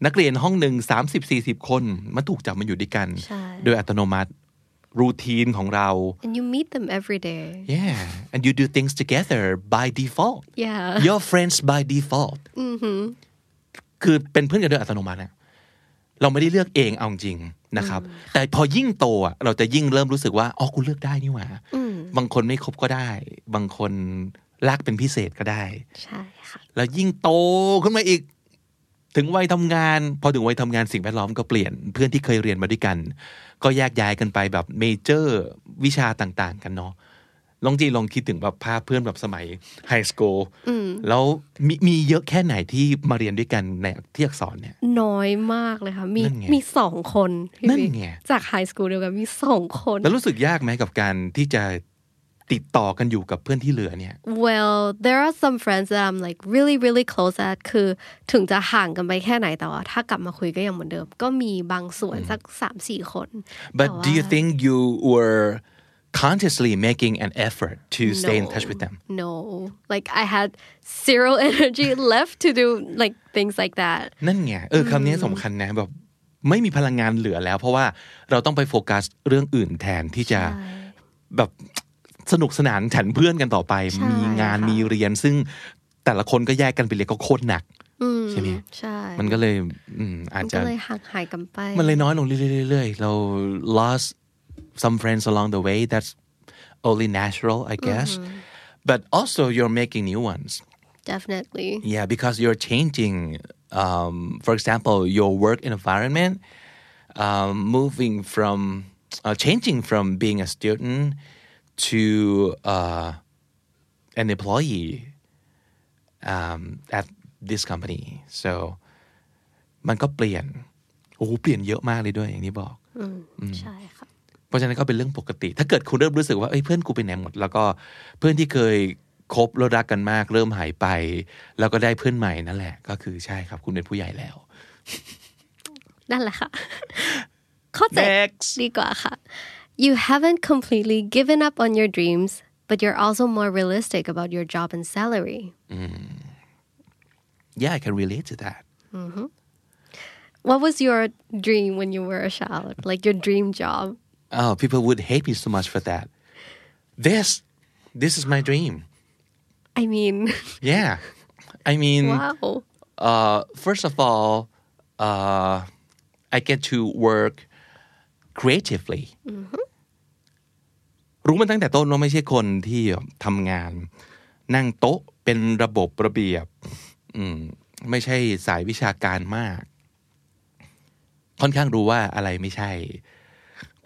B: นักเรียนห้องหนึ่งสามสิบสี่สิบคนมันถูกจับมาอยู่ด้วยกัน
C: ใช่
B: โดยอัตโนมัติรูทีนของเรา
C: And you meet them every day.
B: yeah and you do things together by default
C: Yeah.
B: *laughs* your friends by default คือเป็นเพื่อนกันโดยอัตโนมัติอะเราไม่ได้เลือกเองเอาจริงนะครับ แต่พอยิ่งโตอะเราจะยิ่งเริ่มรู้สึกว่า อ๋อ กูเลือกได้นี่หว่า บางคนไม่คบก็ได้ บางคนรักเป็นพิเศษก็ได้
C: ใช่ค่ะ
B: แล้วยิ่งโตขึ้นมาอีก ถึงวัยทำงาน พอถึงวัยทำงานสิ่งแวดล้อมก็เปลี่ยน เพื่อนที่เคยเรียนมาด้วยกัน ก็แยกย้ายกันไปแบบเมเจอร์วิชาต่าง ๆ กันเนาะลองจีลองคิดถึงแบบภาพเพื่อนแบบสมัยไฮสคูลแล้วมีมีเยอะแค่ไหนที่มาเรียนด้วยกันในที่อักษรเนี่ย
C: น้อยมากเลยค่ะ มี
B: นั่นไง
C: มีสองคนพี่
B: นั่น
C: วิ
B: ไง
C: จากไฮสคูลเดียวกันมีสองคน
B: แล้วรู้สึกยากไหมกับการที่จะติดต่อกันอยู่กับเพื่อนที่เหลือเนี่ย
C: Well there are some friends that I'm like really really close at คือถึงจะห่างกันไปแค่ไหนแต่ว่าถ้ากลับมาคุยก็ยังเหมือนเดิม ก็มีบางส่วนสักสามสี่คน
B: but
C: แต่ว่า
B: do you think you were consciously making an effort to stay in touch with them
C: no like I had zero *laughs* energy left to do like things like that
B: นั่นไงเออคำนี้สำคัญนะแบบไม่มีพลังงานเหลือแล้ว เพราะว่าเราต้องไปโฟกัสเรื่องอื่นแทนที่จะแบบสนุกสนานฉันเพื่อนกันต่อไป มีงาน
C: ค่ะ
B: มีเรียน ซึ่งแต่ละคนก็แยกกันไปเรียนก็โคตรหนัก ใช่ไหม
C: ใช่
B: มันก็เลยอืมอาจ
C: มัน
B: จะ
C: ก็เลยห่างหายกันไป
B: มันเลยน้อยลงเรื่อยๆๆเรา lost some friends along the way that's only natural I guess but also you're making new ones
C: definitely
B: Yeah, because you're changing, um, for example, your work environment, um, moving from, uh, changing from being a student to uh, an employee um, at this company. So, มันก็เปลี่ยน โอ้โหเปลี่ยนเยอะมากเลยด้วยอย่างที่บอก
C: ใช่ค่ะ
B: เพราะฉะนั้นก็เป็นเรื่องปกติ ถ้าเกิดคุณเริ่มรู้สึกว่าเอ้ยเพื่อนกูไปไหนหมด แล้วก็เพื่อนที่เคยคบแล้วรักกันมาก เริ่มหายไป แล้วก็ได้เพื่อนใหม่นั่นแหละ ก็คือใช่ครับคุณเป็นผู้ใหญ่แล้ว
C: นั่นแหละค่ะ *laughs* ข้อเจ็ด
B: Next
C: ดีกว่าค่ะ you haven't completely given up on your dreams but you're also more realistic about your job and salary
B: Yeah I can relate to that
C: What was your dream when you were a child? Like your dream job?
B: Oh, people would hate me so much for that. This, this is my dream.
C: I mean, *laughs*
B: Yeah. I mean,
C: wow.
B: uh, first of all, uh, I get to work creatively. รู้มาตั้งแต่ต้นว่าไม่ใช่คนที่ทำงาน นั่งโต๊ะเป็นระบบระเบียบ อืม ไม่ใช่สายวิชาการมาก ค่อนข้างรู้ว่าอะไรไม่ใช่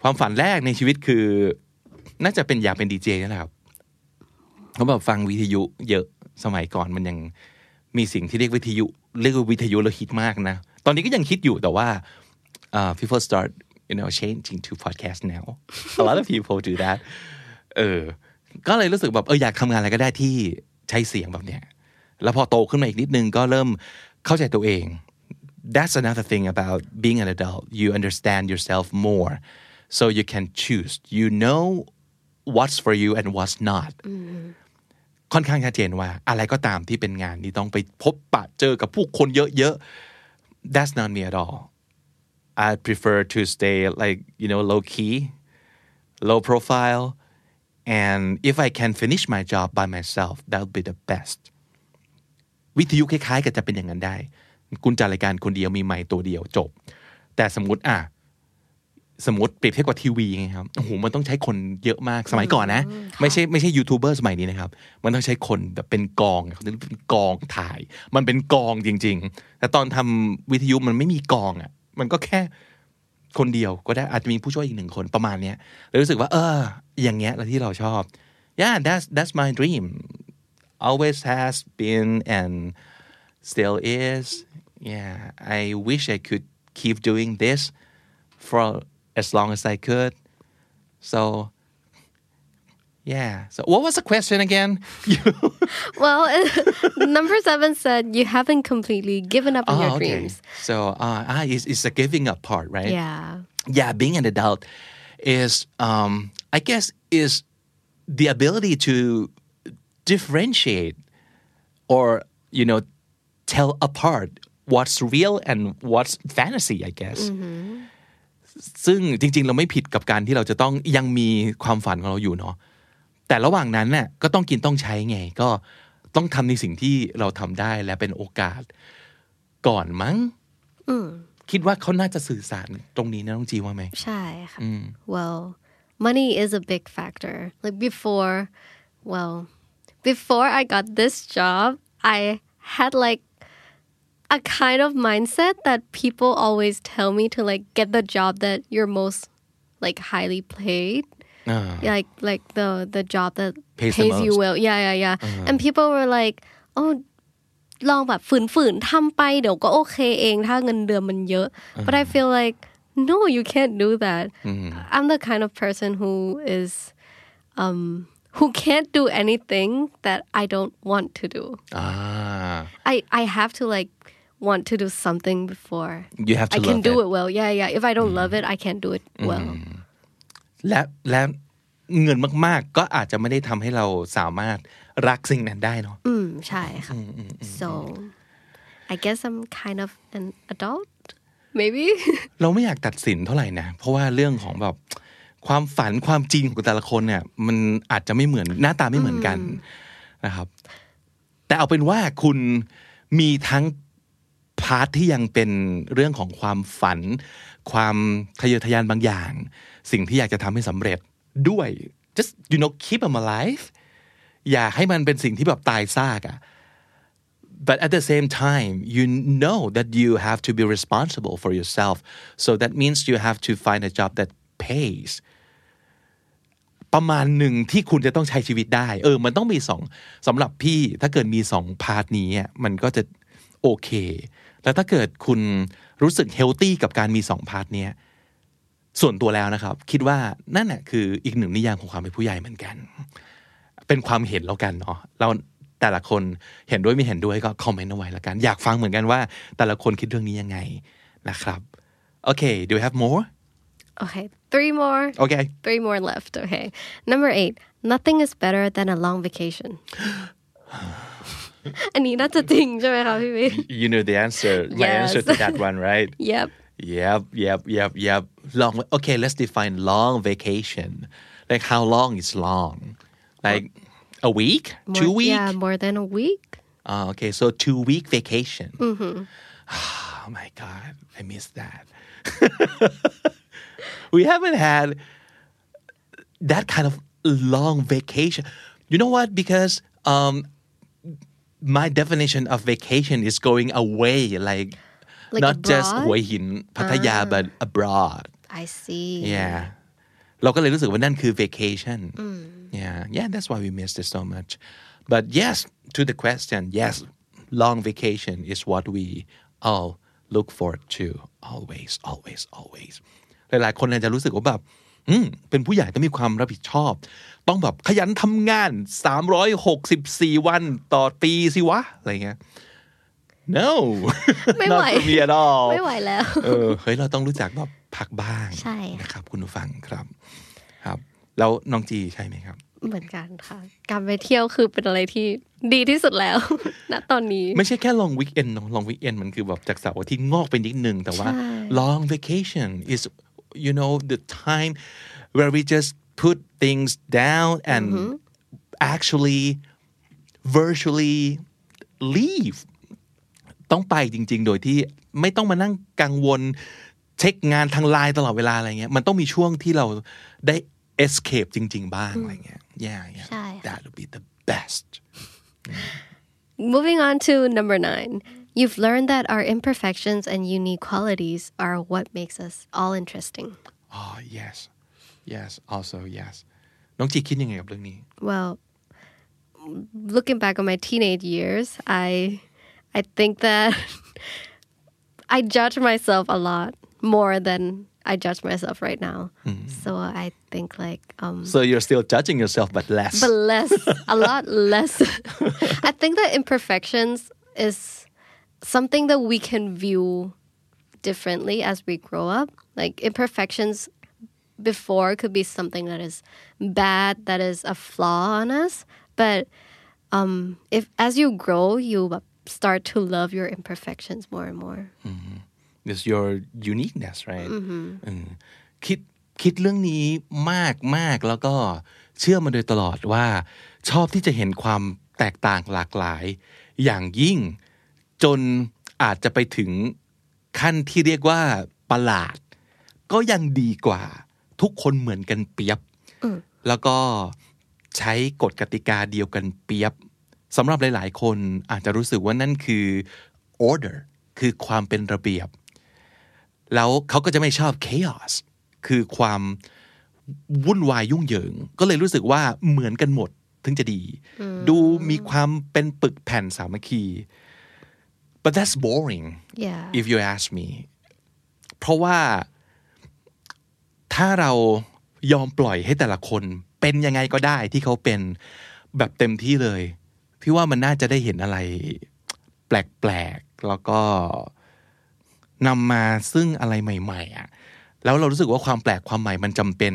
B: ความฝันแรกในชีวิตคือ น่าจะเป็นอยากเป็นดีเจนี่แหละครับ เขาแบบฟังวิทยุเยอะสมัยก่อนมันยังมีสิ่งที่เรียกวิทยุ เรียกว่าวิทยุแล้วฮิตมากนะ ตอนนี้ก็ยังคิดอยู่แต่ว่า uh, people start you know changing to podcast now *laughs* a lot of people do that เออ ก็เลยรู้สึกแบบเอออยากทำงานอะไรก็ได้ที่ใช้เสียงแบบเนี้ย แล้วพอโตขึ้นมาอีกนิดนึงก็เริ่มเข้าใจตัวเอง that's another thing about being an adult you understand yourself more so you can choose you know what's for you and what's not ค่อนข้างชัดเจนว่า อะไรก็ตามที่เป็นงานที่ต้องไปพบปะเจอกับผู้คนเยอะๆ that's not me at all I prefer to stay like you know low key low profile and if I can finish my job by myself that'll be the best วิทยุคล้ายๆกับจะเป็นอย่างนั้นได้ คุณจัดรายการคนเดียวมีไมค์ตัวเดียวจบ แต่สมมติอ่ะ สมมติเปรียบเทียบกับทีวีไงครับโอ้โหมันต้องใช้คนเยอะมากสมัยก่อนนะ ไม่ใช่ไม่ใช่ยูทูบเบอร์สมัยนี้นะครับ มันต้องใช้คนแบบเป็นกองเขาเรียกเป็นกองถ่าย มันเป็นกองจริง ๆ แต่ตอนทำวิทยุมันไม่มีกองอ่ะ มันก็แค่คนเดียวก็ได้อาจจะมีผู้ช่วยอีกหนึ่งคนประมาณเนี้ยเลยรู้สึกว่า เออ อย่างเงี้ยแหละที่เราชอบ yeah that's that's my dream always has been and still is yeah I wish I could keep doing this for as long as I could. So, yeah. So, what was the question
C: *laughs*
B: again?
C: Well, *laughs* number seven said you haven't completely given up on your dreams.
B: So, uh, ah, it's, it's the giving up part, Oh, right?
C: Yeah.
B: yeah, being an adult is, um, I guess, is the ability to differentiate or you know tell apart what's real and what's fantasy, I guess. ซึ่งจริง ๆ เราไม่ผิดกับการที่เราจะต้องยังมีความฝันของเราอยู่เนาะแต่ระหว่างนั้นน่ะก็ต้องกินต้องใช้ไง ก็ต้องทำในสิ่งที่เราทำได้และเป็นโอกาสก่อนมั้งคิดว่าเขาน่าจะสื่อสารตรงนี้นะน้องจีว่าไหม
C: shy. Well, money is a big factor. Like before, well, before I got this job, I had like a kind of mindset that people always tell me to like get the job that you're most like highly paid. Like like the the job that
B: Uh-huh. Pays
C: pays,
B: the most.
C: you
B: Uh-huh.
C: well. Yeah, yeah, yeah. And people were like, "Oh, ลองแบบฝืนๆทำไปเดี๋ยวก็โอเคเองถ้าเงินเดือนมันเยอะ but
B: Uh-huh.
C: I feel like no you can't do that
B: Mm-hmm.
C: I'm the kind of person who is um who can't do anything that I don't want to do
B: อ่า
C: I I have to like want to do something before
B: you have to
C: I can
B: love
C: do
B: it. Mm.
C: it well yeah yeah if I don't love it I can't do it well
B: และและเงินมากๆ ก็อาจจะไม่ได้ทำให้เราสามารถรักสิ่งนั้นได้เนาะ
C: อืมใช่
B: Mm,
C: ค่ะ Mm, so I guess I'm kind of an adult maybe *laughs*
B: เราไม่อยากตัดสินเท่าไหร่นะ เพราะว่าเรื่องของแบบความฝันความจริงของแต่ละคนเนี่ย มันอาจจะไม่เหมือนหน้าตาไม่เหมือนกันนะครับ แต่เอาเป็นว่าคุณมีทั้งพาร์ทที่ยังเป็นเรื่องของความฝัน ความทะเยอทะยานบางอย่าง สิ่งที่อยากจะทำให้สำเร็จด้วย just you know keep them alive อย่าให้มันเป็นสิ่งที่แบบตายซากอะ but at the same time you know that you have to be responsible for yourself so that means you have to find a job that pays ประมาณหนึ่งที่คุณจะต้องใช้ชีวิตได้ เออ มันต้องมีสองสำหรับพี่ถ้าเกิดมีสองพาร์ทนี้อะมันก็จะโอเค แล้วถ้าเกิดคุณรู้สึกเฮลตี้กับการมีสองพาร์ทเนี้ยส่วนตัวแล้วนะครับ คิดว่านั่นแหละคืออีกหนึ่งนิยามของความเป็นผู้ใหญ่เหมือนกัน เป็นความเห็นแล้วกันเนาะเราแต่ละคนเห็นด้วยไม่เห็นด้วยก็คอมเมนต์เอาไว้แล้วกัน อยากฟังเหมือนกันว่า แต่ละคนคิดเรื่องนี้ยังไงนะครับ โอเค do you have more
C: okay three more
B: โอเค
C: Three more left.
B: *sighs*
C: *laughs* Okay. Number eight. Nothing is better than a long vacation. อันนี้น่าจะจริงใช่ไหมคะพี่วิน
B: *laughs* You know the answer. My
C: Yes.
B: answer to that one, right?
C: Yep
B: Yep, yep, yep, yep. Long. Okay, let's define long vacation. Like how long is long? Like a week, two
C: More-
B: week.
C: Yeah more than a week
B: Ah, okay, so two week vacation.
C: Mm-hmm.
B: Oh my god, I miss that. *laughs* we haven't had that kind of long vacation. You know what? Because um, my definition of vacation is going away, like,
C: Like
B: not just
C: abroad? Ah.
B: หัวหินพัทยา but abroad.
C: I see
B: Yeah. เราก็เลยรู้สึกว่านั่นคือ vacation yeah yeah that's why we missed it so much but yes to the question yes long vacation is what we all look forward to always always always หลายๆ คนอาจจะรู้สึกว่าแบบอืมเป็นผู้ใหญ่ต้องมีความรับผิดชอบ ต้องแบบขยันทำงาน 364 วันต่อปีสิวะ อะไรเงี้ย no *laughs*
C: ไม่ไหว
B: not for me at all
C: *laughs* ไม่ไหวแล้ว
B: เออเฮ้ยเราต้องรู้จักแบบพักบ้าง
C: ใช่ค่ะ
B: นะครับคุณผู้ฟังครับครับ แล้วน้องจีใช่ไหมครับ
C: เหมือนกันค่ะ การไปเที่ยวคือเป็นอะไรที่ดีที่สุดแล้ว *laughs* ณตอนนี้
B: ไม่ใช่แค่ลองวิกเอนลองวิกเอนมันคือแบบจากเสาร์อาทิตย์งอกไปนิดนึง แต่ว่า
C: ใช่
B: long vacation is you know the time where we just put things down and actually virtually leave ต้องไปจริง ๆ โดยที่ไม่ต้องมานั่งกังวล เช็คงานทางไลน์ตลอดเวลาอะไรเงี้ย มันต้องมีช่วงที่เราได้ escape จริง ๆ บ้างอะไรเงี้ย yeah, yeah.
C: ใช่ค่ะ
B: that would be the best
C: Moving on to number nine. You've learned that our imperfections and unique qualities are what makes us all interesting.
B: Oh yes yes also yes น้องจีคิดยังไงกับเรื่องนี้
C: Well, looking back on my teenage years, I I think that *laughs* I judge myself a lot more than I judge myself right now.
B: Mm-hmm.
C: So I think like um
B: so you're still judging yourself but less
C: but less, a lot
B: *laughs*
C: less. I think that imperfections is something that we can view differently as we grow up. Like imperfections before could be something that is bad, that is a flaw on us. But um, if as you grow, you start to love your imperfections more and more.
B: is your uniqueness right เออคิดคิดเรื่องนี้มากมากแล้วก็เชื่อมาโดยตลอดว่า ชอบที่จะเห็นความแตกต่างหลากหลาย อย่างยิ่ง จนอาจจะไปถึงขั้นที่เรียกว่าประหลาด ก็ยังดีกว่า ทุกคนเหมือนกันเปียบ แล้วก็ใช้กฎกติกาเดียวกันเปียบสำหรับหลาย ๆ คนอาจจะรู้สึกว่านั่นคือ order คือความเป็นระเบียบ แล้วเขาก็จะไม่ชอบ chaos คือความวุ่นวายยุ่งเหยิง ก็เลยรู้สึกว่าเหมือนกันหมดถึงจะดี ดูมีความเป็นปึกแผ่นสามัคคี but that's boring
C: Yeah.
B: if you ask me เพราะว่าถ้าเรายอมปล่อยให้แต่ละคน เป็นยังไงก็ได้ที่เขาเป็นแบบเต็มที่เลย พี่ว่ามันน่าจะได้เห็นอะไร แปลกๆ แล้วก็นำมาซึ่งอะไรใหม่ๆอ่ะแล้วเรารู้สึกว่าความแปลกความใหม่มันจำเป็น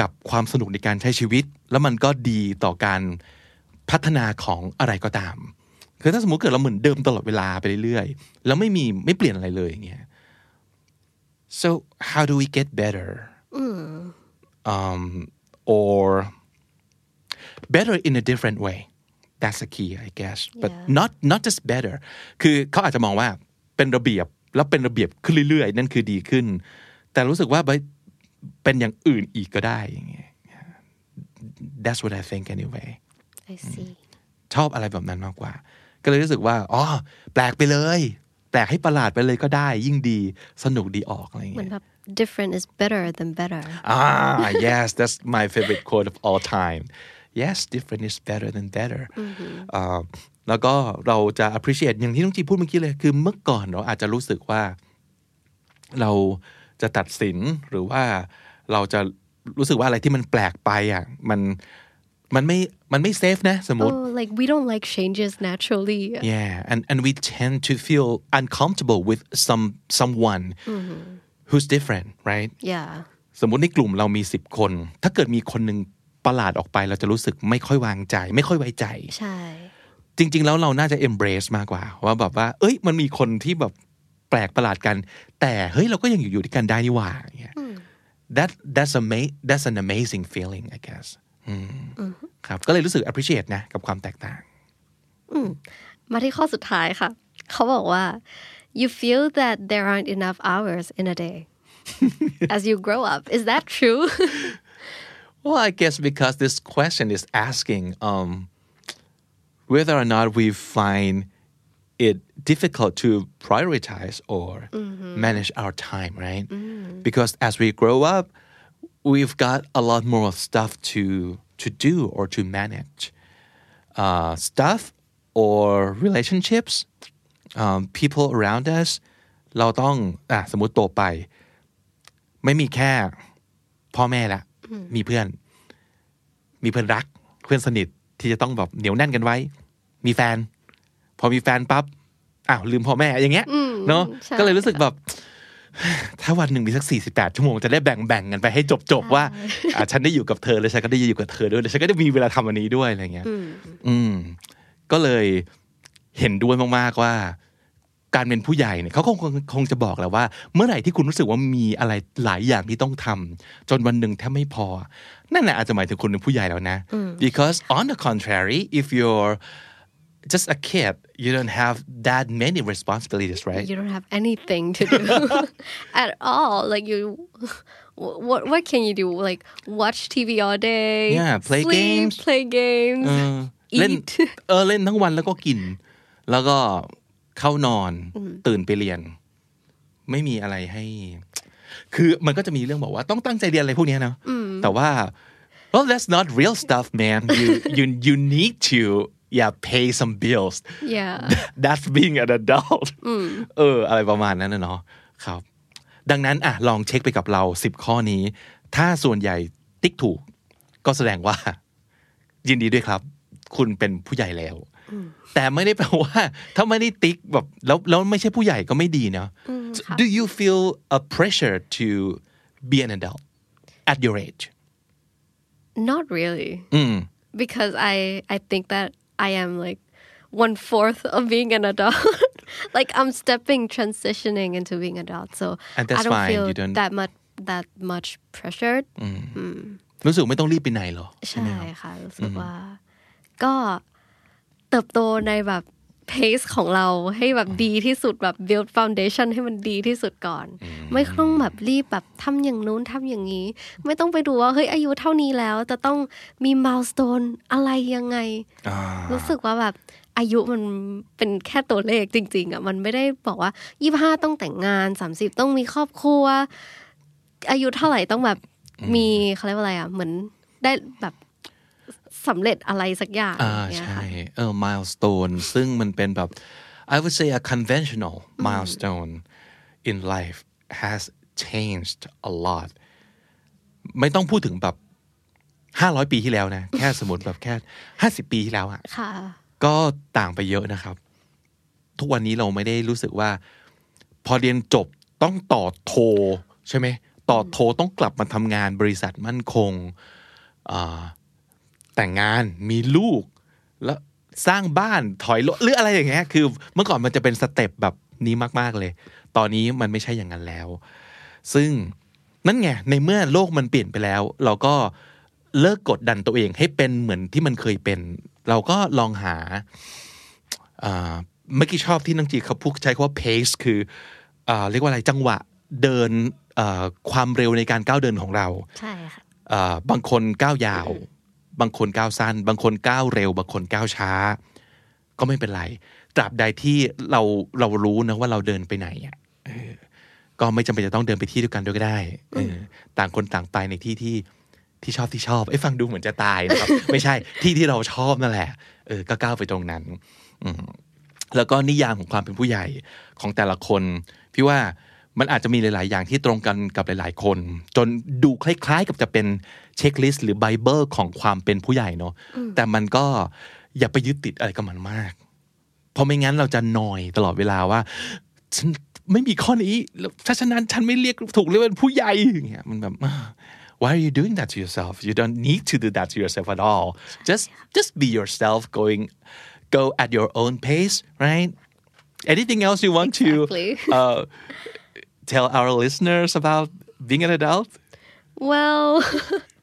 B: กับความสนุกในการใช้ชีวิต แล้วมันก็ดีต่อการพัฒนาของอะไรก็ตาม คือถ้าสมมติเกิดเราเหมือนเดิมตลอดเวลาไปเรื่อยๆ แล้วไม่มีไม่เปลี่ยนอะไรเลยอย่างเงี้ย so how do we get better um or better in a different way that's the key I guess but
C: Yeah.
B: not not just better คือเขาอาจจะมองว่าเป็นระเบียบแล้วเป็นระเบียบขึ้นเรื่อยๆ นั่นคือดีขึ้น แต่รู้สึกว่าไปเป็นอย่างอื่นอีกก็ได้อย่างเงี้ย that's what I think anyway
C: I
B: Mm,
C: see.
B: ชอบอะไรแบบนั้นมากกว่า ก็เลยรู้สึกว่า อ๋อ แปลกไปเลย แปลกให้ประหลาดไปเลยก็ได้ ยิ่งดี สนุกดีออกอะไรอย่างเงี้ย
C: But different is better than better.
B: อ่า yes that's my favorite quote of all time yes different is better than better อ่าแล้วก็เราจะ appreciate อย่างที่น้องจีพูดเมื่อกี้เลย คือเมื่อก่อนเราอาจจะรู้สึกว่า เราจะตัดสินหรือว่าเราจะรู้สึกว่าอะไรที่มันแปลกไปอ่ะ มัน มันไม่ มันไม่เซฟนะสมม
C: Oh,
B: ติ
C: like we don't like changes naturally.
B: Yeah, and and we tend to feel uncomfortable with some someone who's different, right?
C: Yeah.
B: สมมุติในกลุ่มเรามี 10 คน ถ้าเกิดมีคนหนึ่งประหลาดออกไป เราจะรู้สึกไม่ค่อยวางใจ ไม่ค่อยไว้ใจ
C: ใช่
B: จริง ๆ แล้วเราน่าจะ embrace มากกว่า ว่าแบบว่า เอ้ย มันมีคนที่แบบแปลกประหลาดกัน แต่เฮ้ย เราก็ยังอยู่อยู่ด้วยกันได้นี่หว่าอย่างเงี้ย that that's a ma- that's an amazing feeling I guess อืมครับก็เลยรู้สึก appreciate นะ กับความแตกต่าง
C: มาที่ข้อสุดท้ายค่ะ เขาบอกว่า you feel that there aren't enough hours in a
B: *laughs*
C: day as you grow up is that true
B: Well, I guess because this question is asking um, whether or not we find it difficult to prioritize or manage our time, right? Because as we grow up, we've got a lot more stuff to to do or to manage, uh, stuff or relationships, um, people around us. เราต้องอ่ะสมมติโตไป ไม่มีแค่พ่อแม่ละ มีเพื่อน มีเพื่อนรัก เพื่อนสนิทที่จะต้องแบบเหนียวแน่นกันไว้ มีแฟน พอมีแฟนปั๊บอ้าวลืมพ่อแม่อย่างเงี้ยเนาะ
C: ใช่
B: ก็เลยรู้สึกแบบ *sighs* ถ้าวันหนึ่งมีสัก 48 ชั่วโมงจะได้แบ่งแบ่งๆกันไปให้จบจบๆว่าอ่ะฉันได้อยู่กับเธอแล้วฉันก็ได้อยู่กับเธอด้วยแล้วฉันก็ได้มีเวลาทำอันนี้ด้วยอะไรเงี้ย อืม ก็เลยเห็นด้วยมากๆว่า การเป็นผู้ใหญ่เนี่ยเขาคงคงคงจะบอกแหล้วว่า เมื่อไหร่ที่คุณรู้สึกว่ามีอะไรหลายอย่างที่ต้องทำจนวันหนึ่งแทบไม่พอ นั่นแหละอาจจะหมายถึงคุณเป็นผู้ใหญ่แล้วนะ because on the contrary if you're just a kid you don't have that many responsibilities right
C: you don't have anything to do
B: *laughs*
C: at all like you what what can you do like watch TV all day
B: Yeah, play
C: sleep,
B: games. Mm.
C: play games
B: เออเล่น
C: Eat
B: เออเล่นทั้งวันแล้วก็กิน แล้วก็เข้านอนตื่นไปเรียน ไม่มีอะไรให้ คือมันก็จะมีเรื่องบอกว่าต้องตั้งใจเรียนอะไรพวกเนี้ยเนอะแต่ว่า well that's not real stuff man you you you need to yeah pay some bills
C: yeah
B: *laughs* that's being an adult เออ อะไรประมาณนั้นนะเนาะครับ ดังนั้นอ่ะลองเช็คไปกับเรา 10 ข้อนี้ ถ้าส่วนใหญ่ติ๊กถูก ก็แสดงว่า *laughs* ยินดีด้วยครับ คุณเป็นผู้ใหญ่แล้ว แต่ไม่ได้แปลว่า *laughs* ถ้าไม่ได้ติ๊กแบบแล้วแล้วไม่ใช่ผู้ใหญ่ก็ไม่ดีเนาะ So Do you feel a pressure to be an adult at your age
C: not really
B: อืม
C: because I I think that I am like one fourth of being an adult. *laughs* like I'm stepping, transitioning into being adult. So
B: And that's
C: I don't
B: fine,
C: feel
B: you don't-
C: that much that much pressured.
B: รู้สึกไม่ต้องรีบไปไหนเหรอ
C: ใช่ค่ะรู้สึกว่า ก็เติบโตในแบบ pace ของเราให้แบบดีที่สุดแบบ build foundation ให้มันดีที่สุดก่อน ไม่ต้องแบบรีบแบบทำอย่างนู้นทำอย่างนี้ ไม่ต้องไปดูว่าเฮ้ยอายุเท่านี้แล้วจะต้องมี milestone อะไรยังไง
B: อ่า
C: รู้สึกว่าแบบอายุมันเป็นแค่ตัวเลขจริง ๆอ่ะมันไม่ได้บอกว่ายี่ห้าต้องแต่งงานสามสิบต้องมีครอบครัว อายุเท่าไหร่ต้องแบบมีเขาเรียกว่าอะไรอ่ะเหมือนได้แบบสำเร็จอะไรสักอย่าง
B: อ่า
C: เงี้ย
B: ใช่
C: ค่ะ
B: เออ milestone ซึ่งมันเป็นแบบ I would say a conventional milestone in life has changed a lot ไม่ต้องพูดถึงแบบห้าร้อยปีที่แล้วนะ แค่สมมติแบบแค่ห้าสิบปีที่แล้วอะ
C: ค่ะ
B: ก็ต่างไปเยอะนะครับ ทุกวันนี้เราไม่ได้รู้สึกว่า พอเรียนจบต้องต่อโท ใช่ไหม ต่อโทต้องกลับมาทำงานบริษัทมั่นคงอ่าแต่งงานมีลูก แล้วสร้างบ้านถอยรถหรืออะไรอย่างเงี้ยคือ เมื่อก่อนมันจะเป็นสเต็ปแบบนี้มาก ๆ เลย ตอนนี้มันไม่ใช่อย่างนั้นแล้ว ซึ่งนั่นไง ในเมื่อโลกมันเปลี่ยนไปแล้ว เราก็เลิกกดดันตัวเองให้เป็นเหมือนที่มันเคยเป็น เราก็ลองหาอ่าเมื่อกี้ชอบที่นังจีเขาพูดใช้คำว่า pace คืออาเรียกว่าอะไรจังหวะเดินอ่าความเร็วในการก้าวเดินของเรา
C: ใช่ค่ะ
B: เอ่อบางคนก้าวยาว บางคนก้าวสั้น บางคนก้าวเร็ว บางคนก้าวช้า ก็ไม่เป็นไร ตราบใดที่เราเรารู้นะว่าเราเดินไปไหนอะเออก็ไม่จำเป็นจะต้องเดินไปที่เดียวกันด้วยก็ได้เออต่างคนต่างไปในที่ที่ที่ชอบที่ชอบไอ้ยฟังดูเหมือนจะตายนะครับ ไม่ใช่ที่ที่เราชอบนั่นแหละเออก็ก้าวไปตรงนั้น อืม แล้วก็นิยามของความเป็นผู้ใหญ่ของแต่ละคน พี่ว่ามันอาจจะมีหลาย ๆ อย่างที่ตรงกันกับหลาย ๆ คน จนดูคล้าย ๆ กับจะเป็นเช็คลิสต์หรือไบเบิลของความเป็นผู้ใหญ่เนอะแต่มันก็อย่าไปยึดติดอะไรกับมันมาก เพราะไม่งั้นเราจะนอยตลอดเวลาว่าฉันไม่มีข้อนี้แล้วถ้าฉะนั้นฉันไม่เรียกถูกเรียกเป็นผู้ใหญ่อย่างเงี้ยมันแบบ *laughs* why are you doing that to yourself you don't need to do that to yourself at all just just be yourself going go at your own pace, right? Anything else you want
C: Exactly.
B: to uh, tell our listeners about being an adult?
C: Well,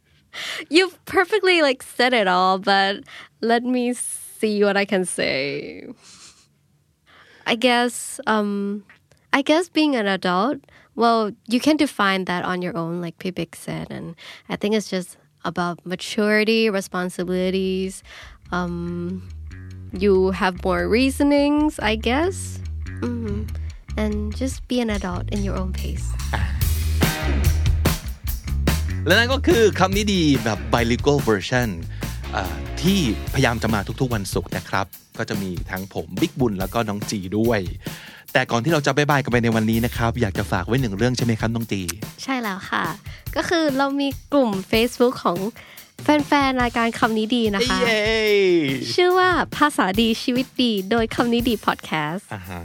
C: *laughs* you've perfectly like said it all, but let me see what I can say. I guess um I guess being an adult, well, you can define that on your own like Pibik said and I think it's just about maturity, responsibilities, um you have more reasonings, I guess. hmm And just be an adult in your own pace.
B: และนั่นก็คือคำนี้ดีแบบ bilingual version อ่าที่พยายามจะมาทุกๆวันศุกร์นะครับ ก็จะมีทั้งผมบิ๊กบุญแล้วก็น้องจีด้วย แต่ก่อนที่เราจะบายบายกันไปในวันนี้นะครับ อยากจะฝากไว้หนึ่งเรื่องใช่ไหมครับน้องจี
C: ใช่แล้วค่ะ ก็คือเรามีกลุ่ม Facebook ของแฟนๆ รายการคำนี้ดีนะคะ
B: เย้
C: ชื่อว่าภาษาดีชีวิตดี โดยคำนี้ดีพอดแคสต์
B: อ่าฮะ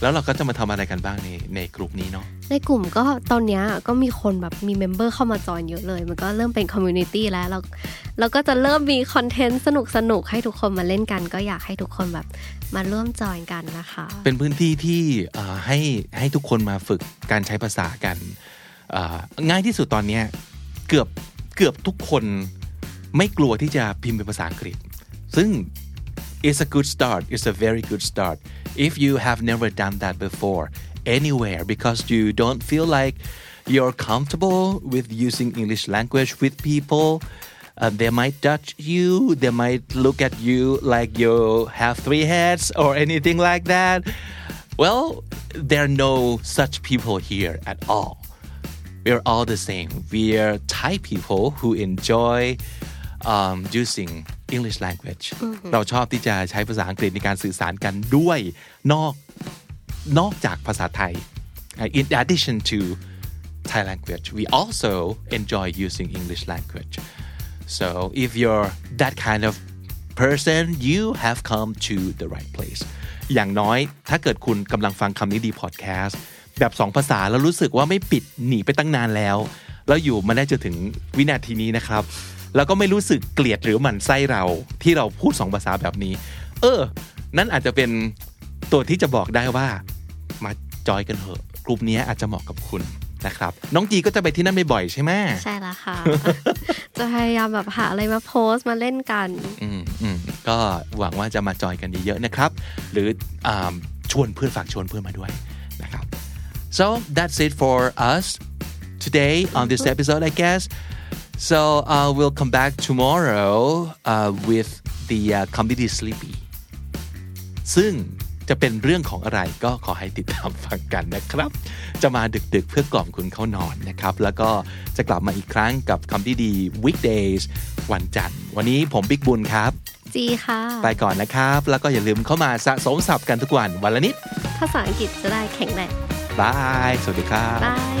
B: แล้วเราก็จะมาทำอะไรกันบ้างในในกลุ่มนี้เนาะ
C: ในกลุ่มก็ตอนเนี้ยก็มีคนแบบมีเมมเบอร์เข้ามาจอยเยอะเลย มันก็เริ่มเป็นคอมมูนิตี้แล้วเราเราก็จะเริ่มมีคอนเทนต์สนุกๆ ให้ทุกคนมาเล่นกัน ก็อยากให้ทุกคนแบบมาร่วมจอยกันนะคะ
B: เป็นพื้นที่ที่เอ่อให้ให้ทุกคนมาฝึกการใช้ภาษากันเอ่อง่ายที่สุดตอนเนี้ยเกือบเกือบทุกคนไม่กลัวที่จะพิมพ์เป็นภาษาอังกฤษ ซึ่ง it's a good start it's a very good start if you have never done that before anywhere because you don't feel like you're comfortable with using English language with people Uh, they might touch you they might look at you like you have three heads or anything like that well there are no such people here at all we're all the same. We're Thai people who enjoy um, using English language. เราชอบที่จะใช้ภาษาอังกฤษในการสื่อสารกันด้วยนอกนอกจากภาษาไทย Uh, In addition to Thai language, we also enjoy using English language. So if you're that kind of person, you have come to the right place. อย่างน้อยถ้าเกิดคุณกำลังฟังคำนี้ดีพอดแคสต์แบบสองภาษาแล้วรู้สึกว่าไม่ปิดหนีไปตั้งนานแล้ว แล้วอยู่มาได้จนถึงวินาทีนี้นะครับ แล้วก็ไม่รู้สึกเกลียดหรือหมั่นไส้เราที่เราพูดสองภาษาแบบนี้ เออ นั่นอาจจะเป็นตัวที่จะบอกได้ว่า มาจอยกันเถอะกลุ่มนี้อาจจะเหมาะกับคุณนะครับ น้องจีก็จะไปที่นั่นบ่อยๆใช่ไหม
C: ใช่แล้วค่ะ จะพยายามแบบหาอะไรมาโพสต์มาเล่นกัน
B: อืมอืมก็หวังว่าจะมาจอยกันเยอะๆนะครับ หรืออ่าชวนเพื่อนฝากชวนเพื่อนมาด้วยนะครับ so that's it for us today on this episode I guess so uh, we'll come back tomorrow uh, with the uh, comedy sleepy ซึ่งจะเป็นเรื่องของอะไรก็ขอให้ติดตามฟังกันนะครับ จะมาดึกๆเพื่อกล่อมคุณเข้านอนนะครับ แล้วก็จะกลับมาอีกครั้งกับคำที่ดี weekdays วันจันทร์ วันนี้ผมบิ๊กบุญครับ
C: จีค่ะ
B: ไปก่อนนะครับ แล้วก็อย่าลืมเข้ามาสะสมศัพท์กันทุกวันวันละนิด
C: ภาษาอังกฤษจะได้แข็งแรง
B: บาย สวัสดีครับ
C: บาย